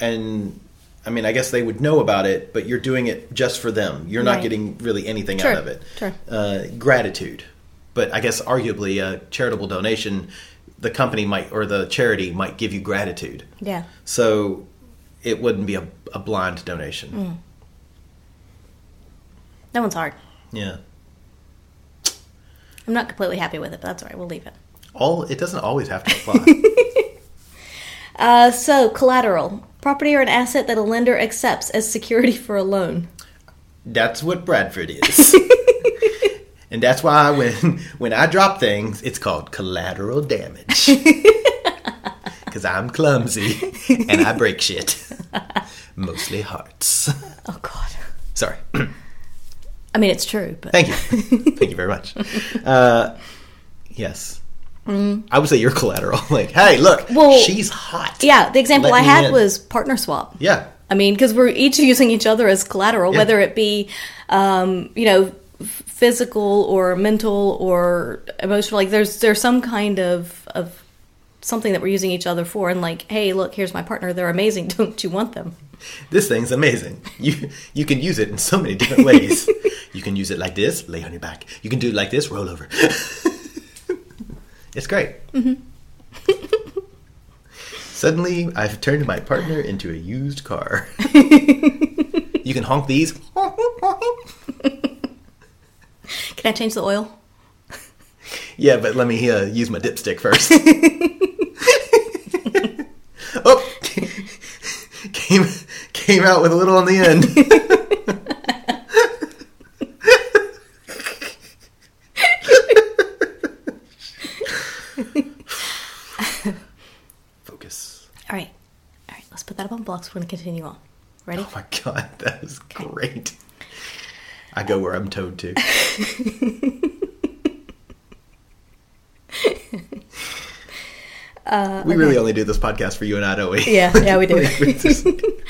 S3: And I mean, I guess they would know about it, but you're doing it just for them. You're not
S2: Right.
S3: getting really anything
S2: Sure,
S3: out of it.
S2: sure.
S3: Uh, gratitude, but I guess arguably a charitable donation, the company might or the charity might give you gratitude.
S2: Yeah.
S3: So it wouldn't be a, a blind donation.
S2: Mm. That one's hard.
S3: Yeah.
S2: I'm not completely happy with it, but that's all right. We'll leave it.
S3: All it doesn't always have to apply.
S2: Uh, so, collateral property or an asset that a lender accepts as security for a loan.
S3: That's what Bradford is. and that's why when when I drop things, it's called collateral damage. Cuz I'm clumsy and I break shit. Mostly hearts.
S2: Oh, God.
S3: Sorry.
S2: I mean, it's true, but
S3: Thank you. Thank you very much. Uh, yes. I would say you're collateral. Like, hey, look,
S2: Mm. Well,
S3: she's hot.
S2: yeah, the example
S3: Let
S2: I
S3: me
S2: had
S3: in.
S2: was partner swap.
S3: Yeah.
S2: I mean, because we're each using each other as collateral,
S3: Yeah.
S2: whether it be, um, you know, f- physical or mental or emotional. Like, there's there's some kind of of something that we're using each other for, and like, hey, look, here's my partner. They're amazing. Don't you want them?
S3: This thing's amazing. You you can use it in so many different ways. you can use it like this, lay on your back. You can do it like this, roll over. it's great. Suddenly, I've turned my partner into a used car. you can honk these.
S2: Can I change the oil?
S3: Yeah, but let me uh, use my dipstick first. oh, came came out with a little on the end. Focus.
S2: All right, all right. Let's put that up on blocks. We're gonna continue on. Ready?
S3: Oh my god, that was great. I go where I'm told to. we really only do this podcast for you and I, don't we?
S2: Uh, Yeah, yeah, we do.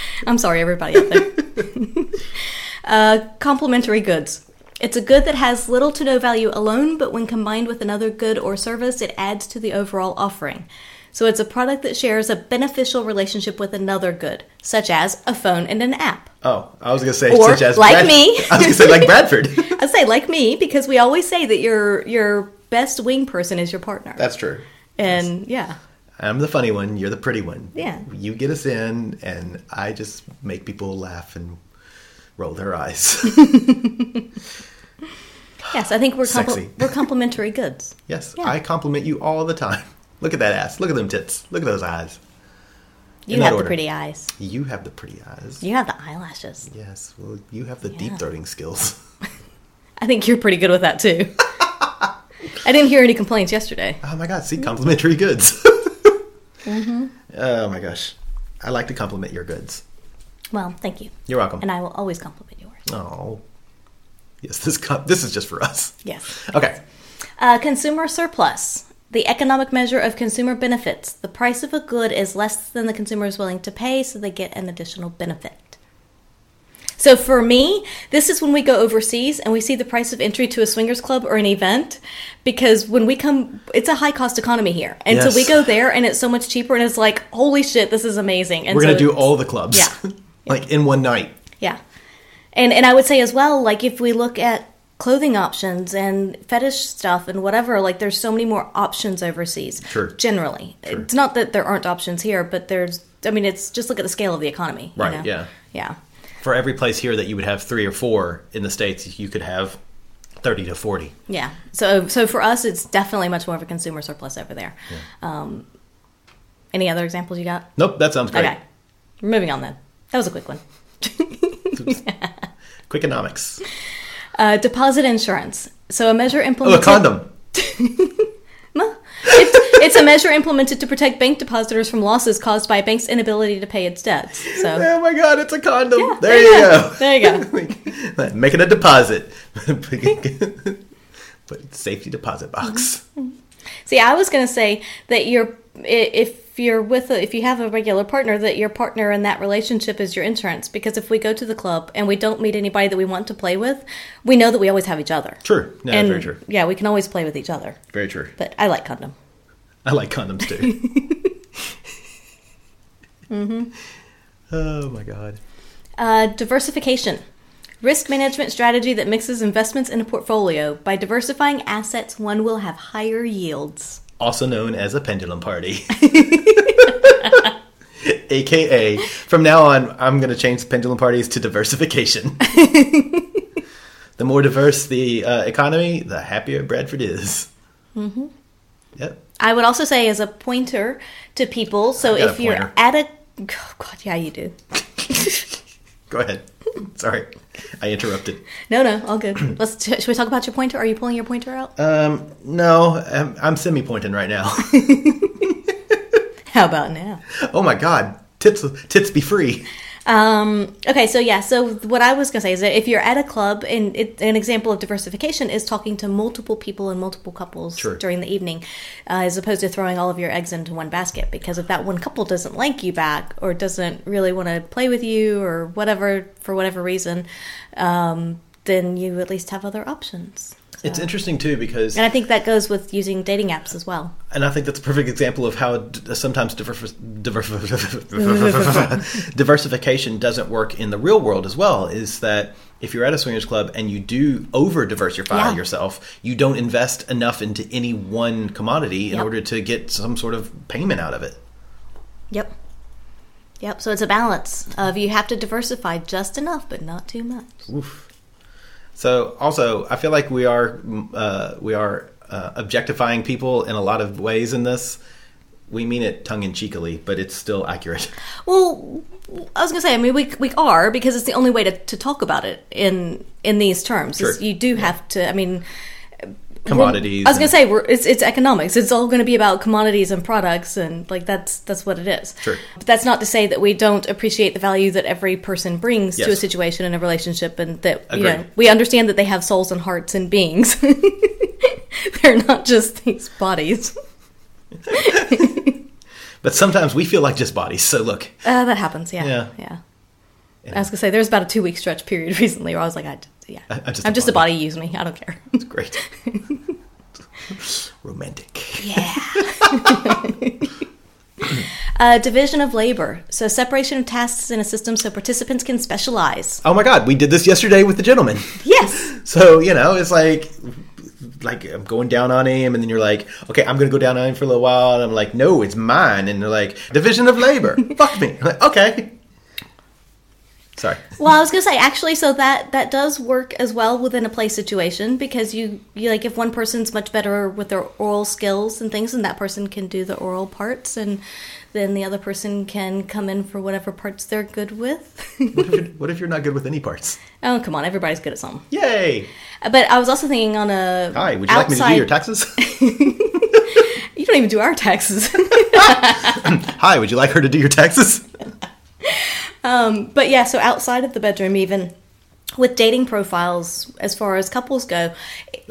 S2: I'm sorry, everybody out there. uh, complementary goods. It's a good that has little to no value alone, but when combined with another good or service, it adds to the overall offering. So it's a product that shares a beneficial relationship with another good, such as a phone and an app.
S3: Oh, I was gonna say,
S2: Or,
S3: such as
S2: like me.
S3: I was gonna say, like Bradford.
S2: I say like me because we always say that your your best wing person is your partner.
S3: That's true.
S2: and yeah.
S3: I'm the funny one. You're the pretty one.
S2: Yeah.
S3: You get us in, and I just make people laugh and roll their eyes.
S2: Yes, I think we're
S3: Sexy.
S2: compl- we're complementary goods.
S3: yes, I compliment you all the time. Look at that ass. Look at them tits. Look at those eyes.
S2: You
S3: In that
S2: have
S3: order.
S2: the pretty eyes.
S3: You have the pretty eyes.
S2: You have the eyelashes.
S3: Yes, well, you have the deep throating skills.
S2: I think you're pretty good with that too. I didn't hear any complaints yesterday.
S3: Oh my God, see, complimentary goods.
S2: Mm-hmm.
S3: Oh my gosh. I like to compliment your goods.
S2: Well, thank you.
S3: You're welcome.
S2: And I will always compliment yours.
S3: Oh, Yes, this com- this is just for us.
S2: Yes.
S3: Okay.
S2: Uh, consumer surplus. The economic measure of consumer benefits. The price of a good is less than the consumer is willing to pay, so they get an additional benefit. So for me, this is when we go overseas and we see the price of entry to a swingers club or an event, because when we come, it's a high cost economy here, and
S3: Yes.
S2: so we go there and it's so much cheaper, and it's like, holy shit, this is amazing. And
S3: We're
S2: so
S3: gonna do
S2: it's-
S3: all the clubs.
S2: Yeah.
S3: like in one night.
S2: yeah. And and I would say as well, like if we look at clothing options and fetish stuff and whatever, like there's so many more options overseas.
S3: Sure.
S2: Generally. It's not that there aren't options here, but there's I mean it's just look at the scale of the economy. you
S3: Right,
S2: know?
S3: yeah.
S2: Yeah.
S3: For every place here that you would have three or four in the states, you could have thirty to forty.
S2: Yeah. So so for us it's definitely much more of a consumer surplus over there. Um any other examples you got?
S3: Nope, that sounds great.
S2: Okay. Moving on then. That was a quick one.
S3: Quickonomics.
S2: Uh, deposit insurance. So a measure
S3: Oh, a
S2: implemented
S3: condom.
S2: It's- it's a measure implemented to protect bank depositors from losses caused by a bank's inability to pay its debts. So
S3: Oh my god, it's a condom. there,
S2: there
S3: you
S2: you
S3: go.
S2: there you go.
S3: Making a deposit. But safety deposit box.
S2: See, I was going to say that you're i- if you're with a, if you have a regular partner that your partner in that relationship is your insurance because if we go to the club and we don't meet anybody that we want to play with, we know that we always have each other.
S3: True. No,
S2: And
S3: very true.
S2: yeah, we can always play with each other.
S3: Very true.
S2: But I like condom.
S3: I like condoms too. Oh my god.
S2: Uh, diversification. Risk management strategy that mixes investments in a portfolio. By diversifying assets, one will have higher yields.
S3: Also known as a pendulum party. AKA, from now on, I'm going to change pendulum parties to diversification. the more diverse the uh, economy, the happier Bradford is. Mm-hmm. Yep.
S2: I would also say as a pointer to people. So
S3: got a
S2: if you're
S3: pointer.
S2: at a oh God, yeah, you do.
S3: Go ahead. Sorry, I interrupted.
S2: No, no, all good. Let's should we talk about your pointer? Are you pulling your pointer out?
S3: Uh, No, I'm, I'm semi pointing right now.
S2: How about now?
S3: oh my god, tits tits be free.
S2: Um, okay, so yeah, so what I was gonna say is that if you're at a club, and it, an example of diversification is talking to multiple people and multiple couples
S3: Sure.
S2: during the evening, uh, as opposed to throwing all of your eggs into one basket. Because if that one couple doesn't like you back, or doesn't really want to play with you, or whatever for whatever reason, um, then you at least have other options.
S3: It's interesting too because,
S2: And I think that goes with using dating apps as well.
S3: and I think that's a perfect example of how d- sometimes diverf- diverf- diversification doesn't work in the real world as well. Is that if you're at a swingers club and you do over diversify
S2: Yeah.
S3: yourself, you don't invest enough into any one commodity in
S2: Yep.
S3: order to get some sort of payment out of it.
S2: Yep. Yep. So it's a balance of you have to diversify just enough, but not too much.
S3: So also, I feel like we are uh, we are uh, objectifying people in a lot of ways in this. We mean it tongue in cheekily, but it's still accurate.
S2: Well, I was gonna say. I mean, we we are because it's the only way to, to talk about it in in these terms. is
S3: Sure.
S2: You do have to. I mean,
S3: Commodities.
S2: I was gonna
S3: and-
S2: say we're, it's it's economics. It's all gonna be about commodities and products, and like that's that's what it is.
S3: Sure.
S2: But that's not to say that we don't appreciate the value that every person brings to a
S3: Yes.
S2: situation and a relationship, and that you know
S3: Agreed.
S2: we understand that they have souls and hearts and beings. They're not just these bodies.
S3: but sometimes we feel like just bodies. So look,
S2: Uh, that happens. Yeah.
S3: Yeah.
S2: Yeah. I was gonna say there was about a two week stretch period recently where I was like, I, yeah, I,
S3: I'm just a
S2: am just a
S3: body.
S2: body. Use me. I don't care.
S3: it's great, romantic.
S2: uh, division of labor. So separation of tasks in a system so participants can specialize.
S3: Oh my God, we did this yesterday with the gentleman.
S2: Yes.
S3: So you know, it's like like I'm going down on him, and then you're like, okay, I'm gonna go down on him for a little while, and I'm like, no, it's mine, and they're like, division of labor. Fuck me. I'm like, okay. Sorry.
S2: Well, I was gonna say actually, so that that does work as well within a play situation because you, you like if one person's much better with their oral skills and things, then that person can do the oral parts, and then the other person can come in for whatever parts they're good with.
S3: What if, you're, what if you're not good with any parts?
S2: oh, come on, everybody's good at something.
S3: Yay!
S2: But I was also thinking on a
S3: Hi, would you like me to do
S2: outside-
S3: your taxes?
S2: You don't even do our taxes.
S3: Hi, would you like her to do your taxes?
S2: but yeah, so outside of the bedroom, even with dating profiles as far as couples go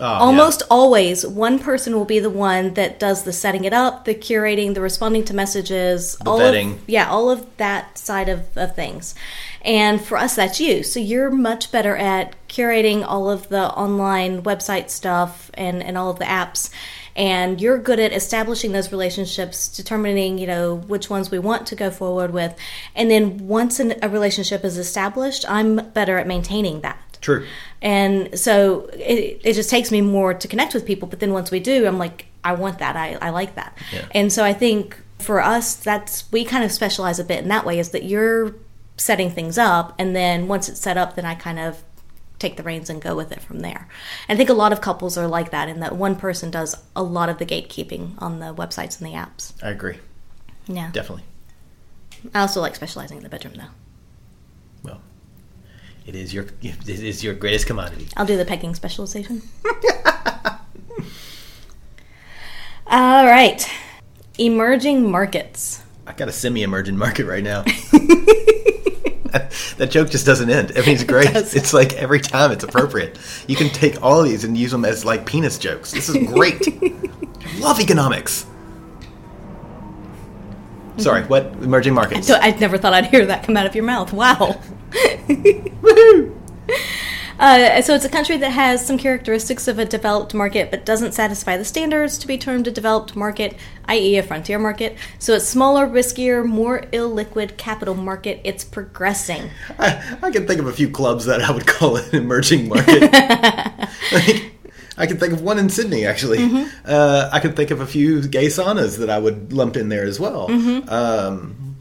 S3: Ah,
S2: almost always one person will be the one that does the setting it up the curating the responding to messages all
S3: vetting.
S2: of yeah all of that side of, of things and for us that's you so you're much better at curating all of the online website stuff and and all of the apps and you're good at establishing those relationships determining you know which ones we want to go forward with and then once an, a relationship is established i'm better at maintaining that
S3: True.
S2: and so it, it just takes me more to connect with people. But then once we do, I'm like, I want that. I, I like that. And so I think for us, that's we kind of specialize a bit in that way is that you're setting things up. And then once it's set up, then I kind of take the reins and go with it from there. And I think a lot of couples are like that in that one person does a lot of the gatekeeping on the websites and the apps.
S3: I agree.
S2: Yeah.
S3: Definitely.
S2: I also like specializing in the bedroom though.
S3: Well, it is your it is your greatest commodity.
S2: I'll do the pegging specialization. All right. Emerging markets.
S3: I got a semi-emergent market right now. that joke just doesn't end. I mean, it's great. it's like every time it's appropriate. You can take all of these and use them as like penis jokes. This is great. I Love economics. Sorry, what emerging markets?
S2: So I never thought I'd hear that come out of your mouth. Wow. Uh, so it's a country that has some characteristics of a developed market but doesn't satisfy the standards to be termed a developed market, i.e., a frontier market. So it's smaller, riskier, more illiquid capital market. It's progressing.
S3: I, I can think of a few clubs that I would call an emerging market. like, I can think of one in Sydney, actually.
S2: Mm-hmm.
S3: Uh, I can think of a few gay saunas that I would lump in there as well.
S2: Mm-hmm.
S3: Um,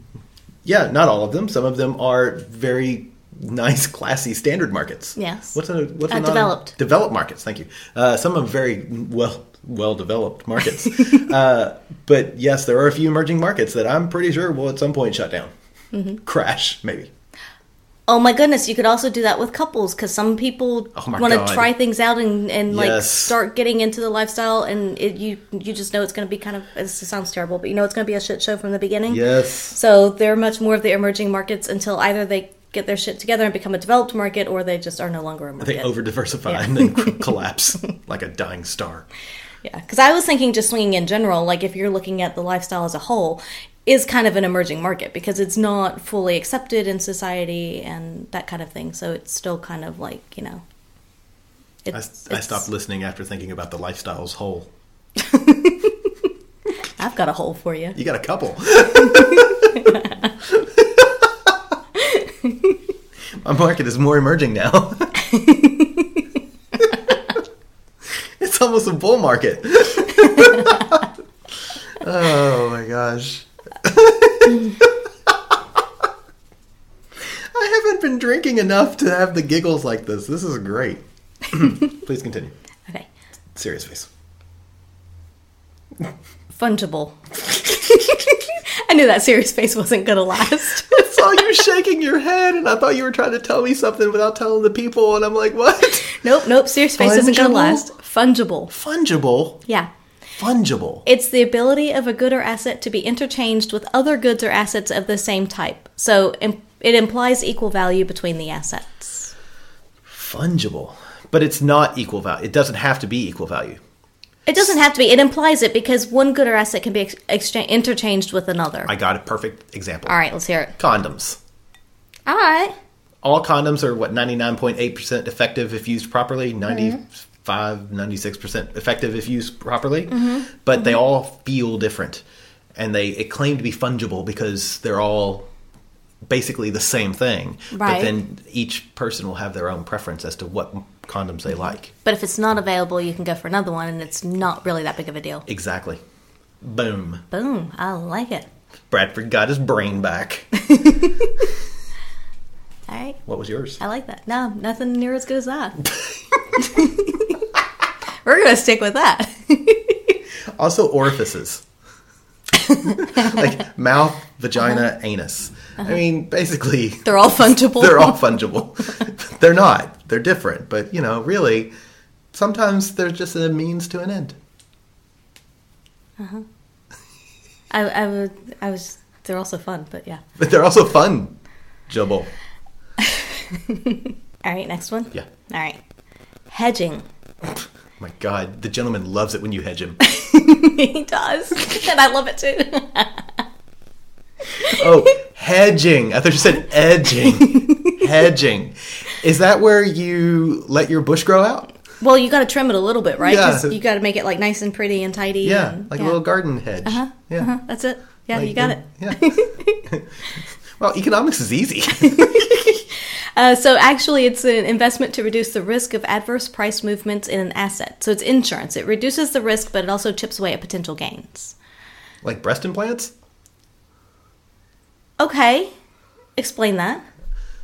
S3: yeah, not all of them. Some of them are very nice, classy standard markets.
S2: Yes.
S3: What's a what's
S2: Uh,
S3: a non-
S2: developed.
S3: developed markets? Thank you. Uh, some of very well well developed markets. uh, but yes, there are a few emerging markets that I'm pretty sure will at some point shut down,
S2: Mm-hmm.
S3: crash maybe.
S2: Oh my goodness, you could also do that with couples because some people
S3: Oh my
S2: want
S3: God.
S2: to try things out and, and like
S3: Yes.
S2: start getting into the lifestyle, and it, you you just know it's going to be kind of this sounds terrible, but you know it's going to be a shit show from the beginning.
S3: Yes.
S2: So they're much more of the emerging markets until either they get their shit together and become a developed market, or they just are no longer a market.
S3: They over diversify and then cr- collapse like a dying star.
S2: yeah, because I was thinking just swinging in general, like if you're looking at the lifestyle as a whole, is kind of an emerging market because it's not fully accepted in society and that kind of thing. So it's still kind of like you know.
S3: I,
S2: It's,
S3: I
S2: it's-
S3: stopped listening after thinking about the lifestyles whole.
S2: I've got a hole for you.
S3: You got a couple. My market is more emerging now. it's almost a bull market. oh my gosh. I haven't been drinking enough to have the giggles like this. This is great. Please continue.
S2: Okay.
S3: Serious face.
S2: Fungible. I knew that serious face wasn't going to last.
S3: I saw you shaking your head and I thought you were trying to tell me something without telling the people and I'm like, what?
S2: nope, nope, serious face isn't going to
S3: Fungible?
S2: last. Fungible.
S3: Fungible?
S2: Yeah.
S3: Fungible.
S2: It's the ability of a good or asset to be interchanged with other goods or assets of the same type. So im- it implies equal value between the assets.
S3: Fungible. But it's not equal value. It doesn't have to be equal value.
S2: It doesn't have to be. It implies it because one good or asset can be ex- exchange- interchanged with another.
S3: I got a perfect example.
S2: All right, let's hear it.
S3: Condoms.
S2: All right.
S3: All condoms are what 99.8% effective if used properly, 95, 96% effective if used properly, but they all feel different. And they it claim to be fungible because they're all basically the same thing. But
S2: Right.
S3: then each person will have their own preference as to what condoms they like.
S2: But if it's not available, you can go for another one, and it's not really that big of a deal.
S3: Exactly. Boom.
S2: Boom. I like it.
S3: Bradford got his brain back.
S2: All right.
S3: what was yours?
S2: I like that. No, nothing near as good as that. We're going to stick with that.
S3: Also orifices. like mouth, vagina, anus. I mean, basically
S2: They're all fungible.
S3: they're all fungible. they're not. They're different. But you know, really, sometimes they're just a means to an end.
S2: I, I, would, I was. They're also fun, but yeah.
S3: But they're also fun. Jubble.
S2: All right, next one.
S3: Yeah.
S2: All right. Hedging.
S3: My God, the gentleman loves it when you hedge him.
S2: he does. and I love it too.
S3: Oh, hedging. I thought you said edging. hedging. Is that where you let your bush grow out?
S2: well, you got to trim it a little bit, right?
S3: Yeah.
S2: 'Cause You got to make it like nice and pretty and tidy.
S3: Yeah,
S2: and-
S3: like a little garden hedge. Yeah.
S2: That's it. Uh-huh, Yeah,
S3: Like,
S2: you got
S3: and-
S2: it.
S3: Yeah. well, economics is easy.
S2: Uh, so actually, it's an investment to reduce the risk of adverse price movements in an asset. So it's insurance. It reduces the risk, but it also chips away at potential gains.
S3: like breast implants?
S2: Okay, explain that.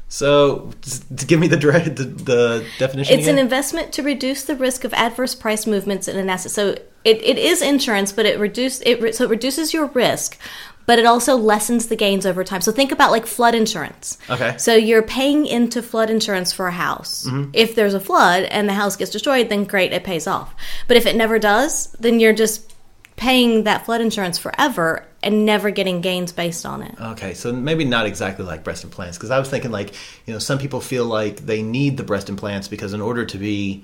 S3: So, just give me the dire- the, the definition.
S2: It's an
S3: again.
S2: investment to reduce the risk of adverse price movements in an asset. So it, it is insurance, but it reduce it re- so it reduces your risk, but it also lessens the gains over time. So think about like flood insurance.
S3: Okay.
S2: So you're paying into flood insurance for a house. If there's a flood and the house gets destroyed, then great, it pays off. But if it never does, then you're just paying that flood insurance forever and never getting gains based on it.
S3: Okay, so maybe not exactly like breast implants because I was thinking like you know some people feel like they need the breast implants because in order to be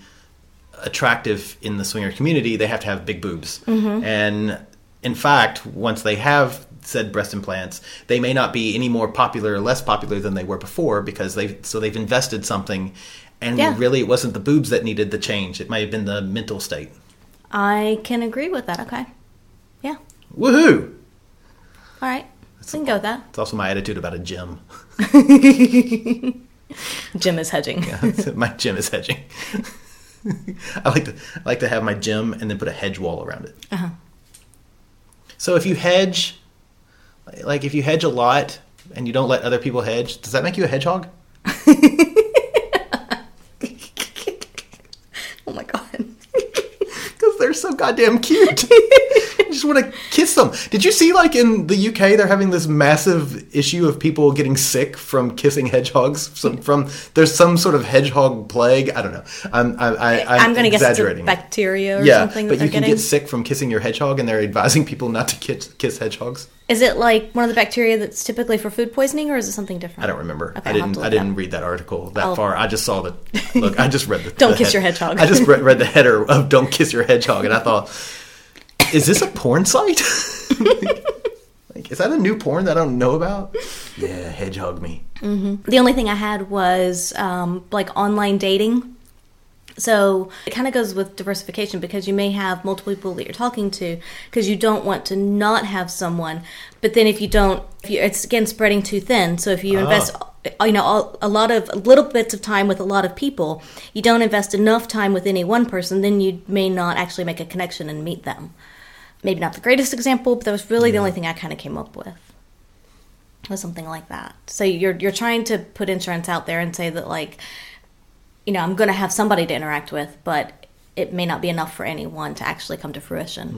S3: attractive in the swinger community they have to have big boobs and in fact once they have said breast implants they may not be any more popular or less popular than they were before because they so they've invested something and
S2: Yeah.
S3: really it wasn't the boobs that needed the change it might have been the mental state
S2: I can agree with that. Okay. Yeah.
S3: woohoo
S2: All right. we can go with that.
S3: it's also my attitude about a gym
S2: Jim is hedging.
S3: my gym is hedging. I like to I like to have my gym and then put a hedge wall around it.
S2: Uh-huh.
S3: So if you hedge, like if you hedge a lot and you don't let other people hedge, does that make you a hedgehog?
S2: Oh my god.
S3: Because they're so goddamn cute. I just want to kiss them. Did you see like in the UK they're having this massive issue of people getting sick from kissing hedgehogs? Some, from there's some sort of hedgehog plague. I don't know. I'm I, I, I'm,
S2: I'm, going to guess it's a
S3: exaggerating.
S2: bacteria or
S3: yeah,
S2: something that
S3: but
S2: they're
S3: you can
S2: getting.
S3: get sick from kissing your hedgehog, and they're advising people not to kiss, kiss hedgehogs.
S2: Is it like one of the bacteria that's typically for food poisoning, or is it something different?
S3: I don't remember.
S2: Okay,
S3: I
S2: I'll have
S3: didn't.
S2: to
S3: I
S2: look
S3: didn't
S2: up.
S3: read that article that
S2: I'll-
S3: far. I just saw the look. I just read the.
S2: Don't
S3: the
S2: kiss your hedgehog.
S3: I just re- read the header of "Don't kiss your hedgehog," and I thought, is this a porn site? like, is that a new porn that I don't know about? Yeah, hedgehog me.
S2: The only thing I had was um, like online dating. So it kind of goes with diversification because you may have multiple people that you're talking to because you don't want to not have someone. But then if you don't, if you, it's again spreading too thin. So if you invest, you know, all, a lot of little bits of time with a lot of people, you don't invest enough time with any one person, then you may not actually make a connection and meet them. Maybe not the greatest example, but that was really the only thing I kind of came up with or something like that. So you're you're trying to put insurance out there and say that like, you know, I'm going to have somebody to interact with, but it may not be enough for anyone to actually come to fruition.
S3: Hmm.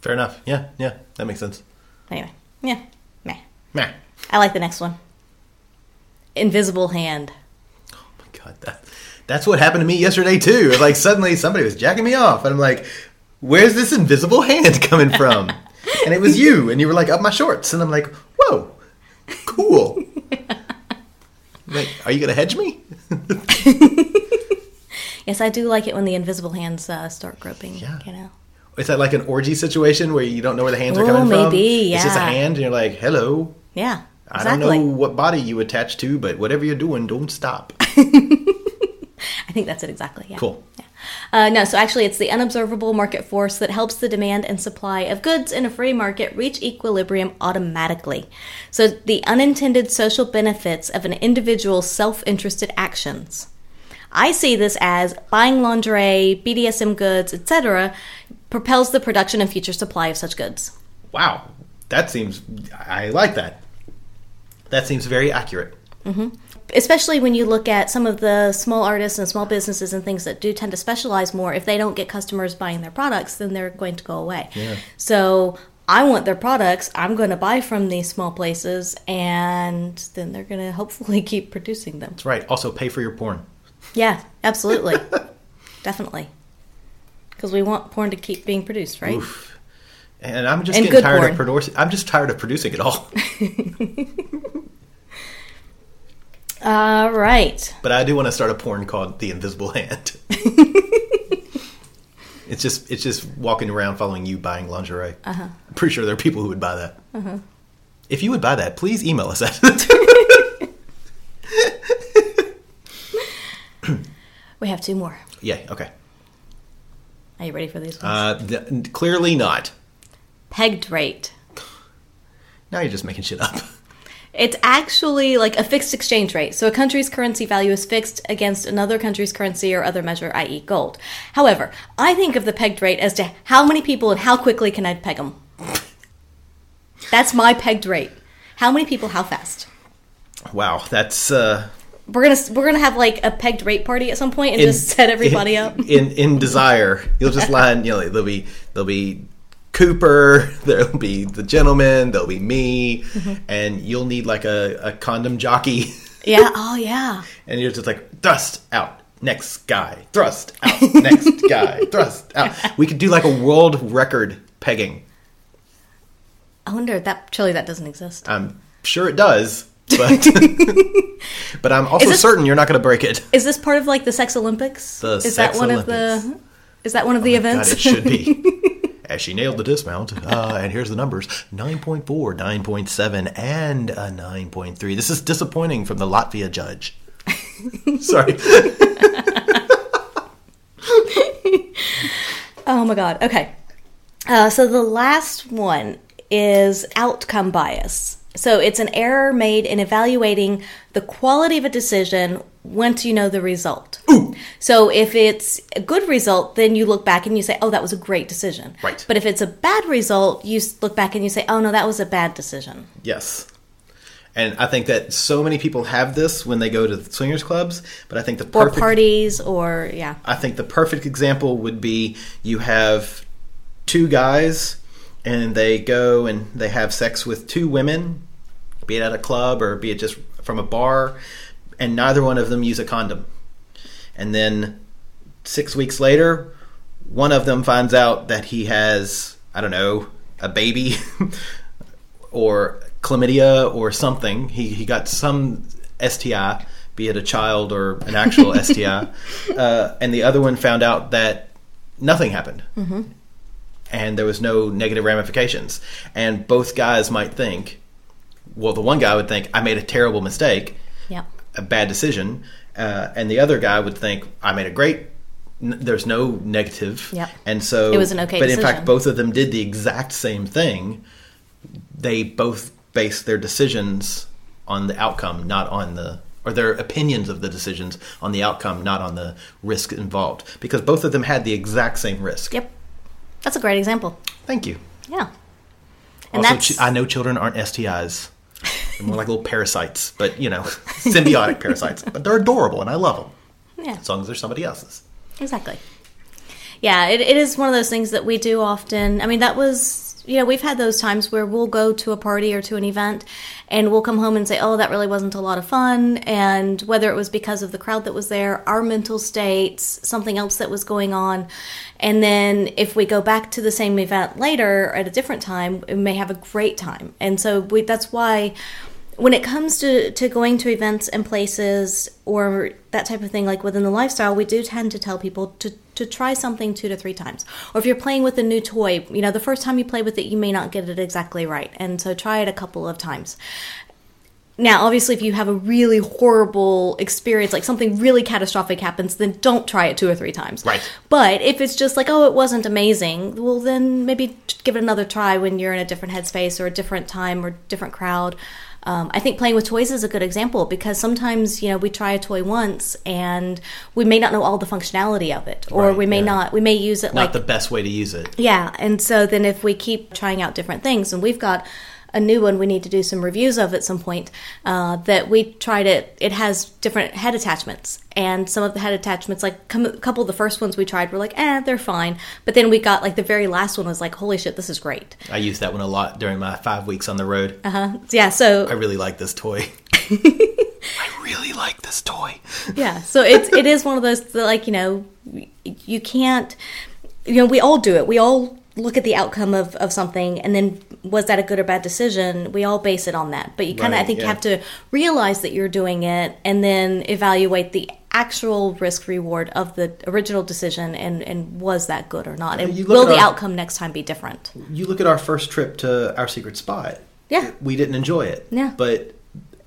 S3: Fair enough. Yeah, yeah, that makes sense.
S2: Anyway, yeah, meh.
S3: Meh.
S2: I like the next one. Invisible hand.
S3: My God, that, that's what happened to me yesterday too. Like suddenly somebody was jacking me off, and I'm like, "Where's this invisible hand coming from?" and it was you, and you were like up my shorts, and I'm like, "Whoa, cool." like, are you gonna hedge me?
S2: Yes, I do like it when the invisible hands uh, start groping. You know.
S3: Is that like an orgy situation where you don't know where the hands are
S2: Ooh,
S3: coming from?
S2: maybe,
S3: It's just a
S2: yeah.
S3: hand, and you're like, "Hello."
S2: Yeah.
S3: I
S2: Exactly.
S3: don't know what body you attach to, but whatever you're doing, don't stop.
S2: I think that's it exactly. Yeah.
S3: Cool.
S2: Uh, no, so actually, it's the unobservable market force that helps the demand and supply of goods in a free market reach equilibrium automatically. So, the unintended social benefits of an individual's self interested actions. I see this as buying lingerie, BDSM goods, etc., propels the production and future supply of such goods.
S3: Wow, that seems. I like that. That seems very accurate.
S2: especially when you look at some of the small artists and small businesses and things that do tend to specialize more if they don't get customers buying their products then they're going to go away so i want their products i'm going to buy from these small places and then they're going to hopefully keep producing them
S3: That's right. Also, pay for your porn.
S2: yeah absolutely definitely because we want porn to keep being produced right
S3: And I'm just
S2: And
S3: getting
S2: good
S3: tired of
S2: porn.
S3: producing. I'm just tired of producing it all.
S2: All right.
S3: But I do want to start a porn called The Invisible Hand. it's just it's just walking around following you buying lingerie. Uh-huh. I'm pretty sure there are people who would buy that. Uh-huh. If you would buy that, please email us at
S2: We have two more.
S3: Yeah, okay.
S2: Are you ready for these ones?
S3: Uh, th- clearly not.
S2: Pegged rate.
S3: Now you're just making shit up.
S2: It's actually like a fixed exchange rate. So a country's currency value is fixed against another country's currency or other measure, i.e., gold. However, I think of the pegged rate as to how many people and how quickly can I peg them. That's my pegged rate. How many people? How fast?
S3: Wow, that's uh,
S2: We're gonna we're gonna have like a pegged rate party at some point and just set everybody
S3: in,
S2: up.
S3: in in desire. You'll just line. You know, there'll be there'll be Cooper. There'll be the gentleman. There'll be me,
S2: Mm-hmm.
S3: and you'll need like a, a condom jockey.
S2: Yeah. Oh yeah.
S3: And you're just like thrust out. Next guy, thrust out. Next guy, thrust out. We could do like a world record pegging.
S2: I wonder that surely that doesn't exist.
S3: I'm sure it does, but but I'm also
S2: this-
S3: certain you're not going to break it.
S2: Is this part of like the Sex Olympics?
S3: The
S2: is that
S3: Sex Oh
S2: one of the? Is that one of the
S3: God,
S2: events?
S3: it should be. As she nailed the dismount, uh, and here's the numbers 9.4, 9.7, and a 9.3. This is disappointing from the Latvia judge. Sorry.
S2: Oh my god. Okay. Uh, so the last one is outcome bias. So it's an error made in evaluating the quality of a decision once you know the result. So if it's a good result, then you look back and you say, "Oh, that was a great decision."
S3: Right.
S2: But if it's a bad result, you s- look back and you say, "Oh no, that was a bad decision."
S3: Yes. And I think that so many people have this when they go to the swingers clubs, but I think the
S2: Or
S3: perfect Uh,
S2: parties, or yeah.
S3: I think the perfect example would be you have two guys and they go and they have sex with two women, be it at a club or be it just from a bar, and neither one of them use a condom. And then six weeks later, one of them finds out that he has, I don't know, a baby or chlamydia or something. He, he got some STI, be it a child or an actual STI. Uh, and the other one found out that nothing happened. And there was no negative ramifications. And both guys might think, well, the one guy would think, I made a terrible mistake
S2: Yeah.
S3: a bad decision, uh, and the other guy would think I made a great. N- there's no negative,
S2: Yep.
S3: and so
S2: It was an okay
S3: But in
S2: decision.
S3: fact, both of them did the exact same thing. They both based their decisions on the outcome, not on the or their opinions of the decisions on the outcome, not on the risk involved, because both of them had the exact same risk.
S2: Yep. That's a great example.
S3: Thank you.
S2: Yeah. And
S3: Also,
S2: that's
S3: chi- I know children aren't STIs. They're more like little parasites, but you know, symbiotic parasites. But they're adorable, and I love them.
S2: yeah.
S3: as long as they're somebody else's.
S2: Exactly. Yeah, it, it is one of those things that we do often. I mean, that was, you know, we've had those times where we'll go to a party or to an event and we'll come home and say, oh, that really wasn't a lot of fun. And whether it was because of the crowd that was there, our mental states, something else that was going on. And then if we go back to the same event later at a different time, we may have a great time. And so we, that's why when it comes to, to going to events and places or that type of thing, like within the lifestyle, we do tend to tell people to, to try something two to three times. Or if you're playing with a new toy, you know, the first time you play with it, you may not get it exactly right. And so try it a couple of times. Now, obviously, if you have a really horrible experience, like something really catastrophic happens, then don't try it two or three times.
S3: Right.
S2: But if it's just like, oh, it wasn't amazing, well, then maybe t- give it another try when you're in a different headspace or a different time or different crowd. Um, I think playing with toys is a good example because sometimes, you know, we try a toy once and we may not know all the functionality of it, or
S3: Right,
S2: we may
S3: yeah.
S2: not, we may use it
S3: Not
S2: like
S3: the best way to use it.
S2: yeah, and so then if we keep trying out different things, and we've got a new one we need to do some reviews of at some point uh, that we tried it it has different head attachments and some of the head attachments like com- a couple of the first ones we tried were like eh they're fine but then we got like the very last one was like holy shit this is great
S3: I used that one a lot during my five weeks on the road.
S2: Uh-huh. yeah so
S3: I really like this toy. I really like this toy.
S2: yeah so it's it is one of those that, like you know you can't you know we all do it we all look at the outcome of, of something and then was that a good or bad decision we all base it on that but you kind of i
S3: Right,
S2: think
S3: yeah.
S2: have to realize that you're doing it and then evaluate the actual risk reward of the original decision and, and was that good or not and
S3: you look
S2: will
S3: at
S2: the
S3: our-
S2: outcome next time be different
S3: you look at our first trip to our secret spot.
S2: Yeah.
S3: We didn't enjoy it.
S2: Yeah.
S3: But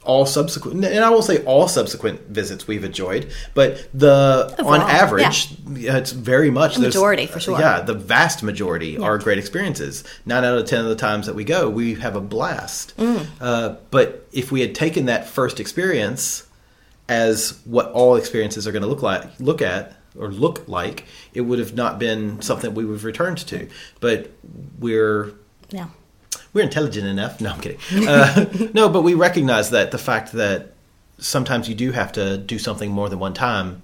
S3: all subsequent, and I won't say all subsequent visits we've enjoyed, but the on
S2: Overall,
S3: average, it's very much the
S2: majority, for sure.
S3: Yeah, the vast majority are great experiences. Nine out of ten of the times that we go, we have a blast.
S2: Mm.
S3: Uh, but if we had taken that first experience as what all experiences are going to look like, look at or look like, it would have not been something we would have returned to. But we're
S2: yeah
S3: we're intelligent enough. No, I'm kidding. Uh, no, but we recognize that the fact that sometimes you do have to do something more than one time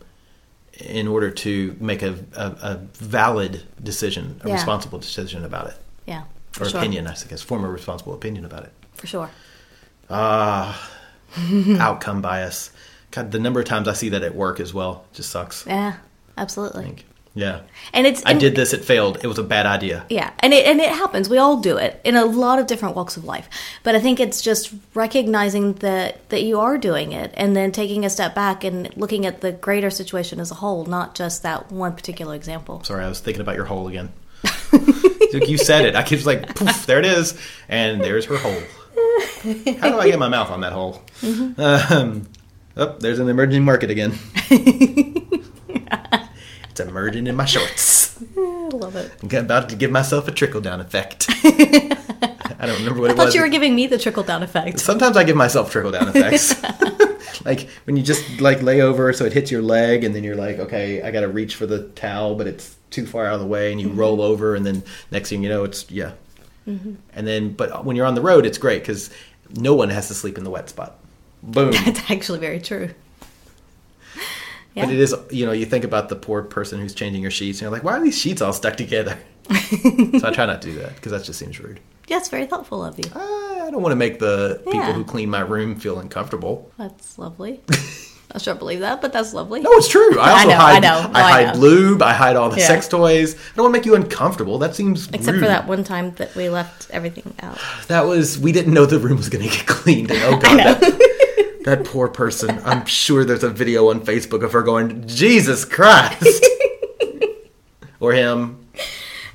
S3: in order to make a, a, a valid decision, a
S2: Yeah.
S3: responsible decision about it,
S2: yeah for
S3: or
S2: sure
S3: opinion, I guess, form a responsible opinion about it.
S2: for sure Hmm.
S3: Outcome bias. God, the number of times I see that at work as well just sucks.
S2: yeah absolutely
S3: Yeah.
S2: and it's
S3: I
S2: and-
S3: did this. It failed. It was a bad idea.
S2: Yeah, and it and it happens. We all do it in a lot of different walks of life. But I think it's just recognizing that that you are doing it, and then taking a step back and looking at the greater situation as a whole, not just that one particular example.
S3: Oh, Sorry, I was thinking about your hole again. Like, you said it. I keep like, poof, there it is, and there's her hole. How do I get my mouth on that hole? Um, oh, there's an emerging market again. it's emerging in my shorts.
S2: I love it.
S3: I'm about to give myself a trickle down effect. I don't remember what
S2: I
S3: it
S2: thought
S3: was.
S2: you were giving me the trickle down effect.
S3: Sometimes I give myself trickle down effects. like when you just like lay over so it hits your leg and then you're like, okay, I got to reach for the towel, but it's too far out of the way and you roll over and then next thing you know, it's yeah. And then but when you're on the road, it's great cuz no one has to sleep in the wet spot. Boom.
S2: It's actually very true. Yeah.
S3: But it is, you know, you think about the poor person who's changing your sheets and you're like, why are these sheets all stuck together? so I try not to do that cuz that just seems rude.
S2: Yes, very thoughtful of you.
S3: I don't want to make the people
S2: Yeah.
S3: who clean my room feel uncomfortable.
S2: That's lovely. I sure believe that, but that's lovely.
S3: No, Oh, it's true. I
S2: I
S3: also
S2: know, I
S3: hide. I,
S2: know. No, I
S3: hide
S2: know.
S3: lube. I hide all the
S2: Yeah.
S3: sex toys. I don't want to make you uncomfortable. That seems
S2: Except
S3: rude.
S2: for that one time that we left everything out.
S3: That was we didn't know the room was going to get cleaned. And, oh god, that, that poor person. I'm sure there's a video on Facebook of her going, Jesus Christ, or him.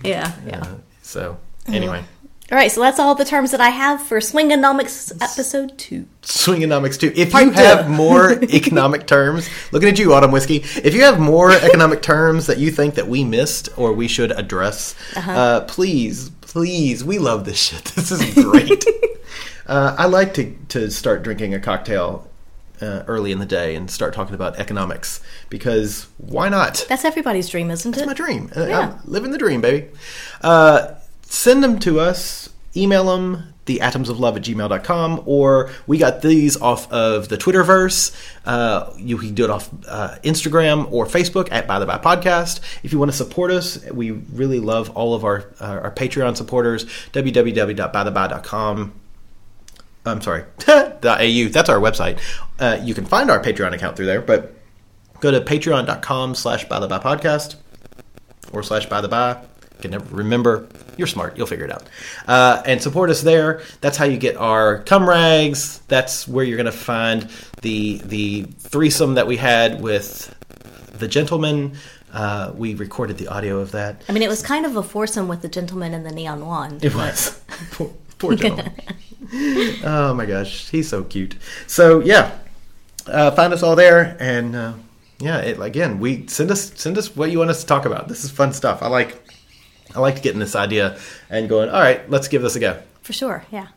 S2: Yeah, yeah.
S3: So anyway,
S2: All right, so that's all the terms that I have for Swingonomics episode two.
S3: swingonomics too. If
S2: Part
S3: you
S2: two.
S3: have more economic terms, looking at you, Autumn Whiskey. If you have more economic terms that you think that we missed or we should address,
S2: Uh-huh.
S3: uh please, please, we love this shit. This is great. uh, I like to to start drinking a cocktail. Uh, early in the day and start talking about economics because why not?
S2: That's everybody's dream, isn't it?
S3: That's my dream. Uh,
S2: Yeah.
S3: I'm living the dream, baby. Uh, send them to us. Email them, theatomsoflove at gmail.com, or we got these off of the Twitterverse. Uh, you can do it off uh, Instagram or Facebook at By the By Podcast. If you want to support us, we really love all of our, uh, our Patreon supporters, www.bytheby.com. I'm sorry, .au. That's our website. Uh, you can find our Patreon account through there, but go to patreon.com slash by the by podcast or slash by the by. Can never remember. You're smart. You'll figure it out. Uh, and support us there. That's how you get our cum rags. That's where you're going to find the the threesome that we had with the gentleman. Uh, we recorded the audio of that.
S2: I mean, it was kind of a foursome with the gentleman and the neon wand.
S3: It was poor, poor gentleman. oh my gosh, he's so cute. So yeah, uh, find us all there, and uh, yeah, it, again, we send us send us what you want us to talk about. This is fun stuff. I like I like getting this idea and going. All right, let's give this a go.
S2: For sure, yeah.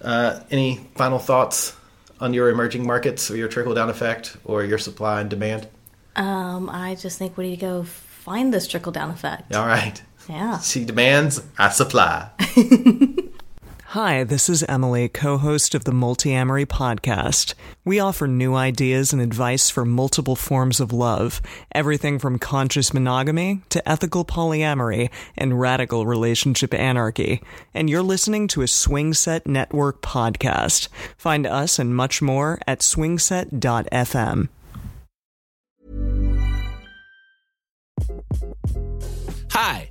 S3: Uh, any final thoughts on your emerging markets or your trickle down effect or your supply and demand?
S2: Um, I just think we need to go find this trickle down effect.
S3: All right,
S2: Yeah.
S3: she demands, I supply.
S6: Hi, this is Emily, co host of the Multi Amory podcast. We offer new ideas and advice for multiple forms of love everything from conscious monogamy to ethical polyamory and radical relationship anarchy. And you're listening to a Swing Set Network podcast. Find us and much more at swingset.fm.
S7: Hi,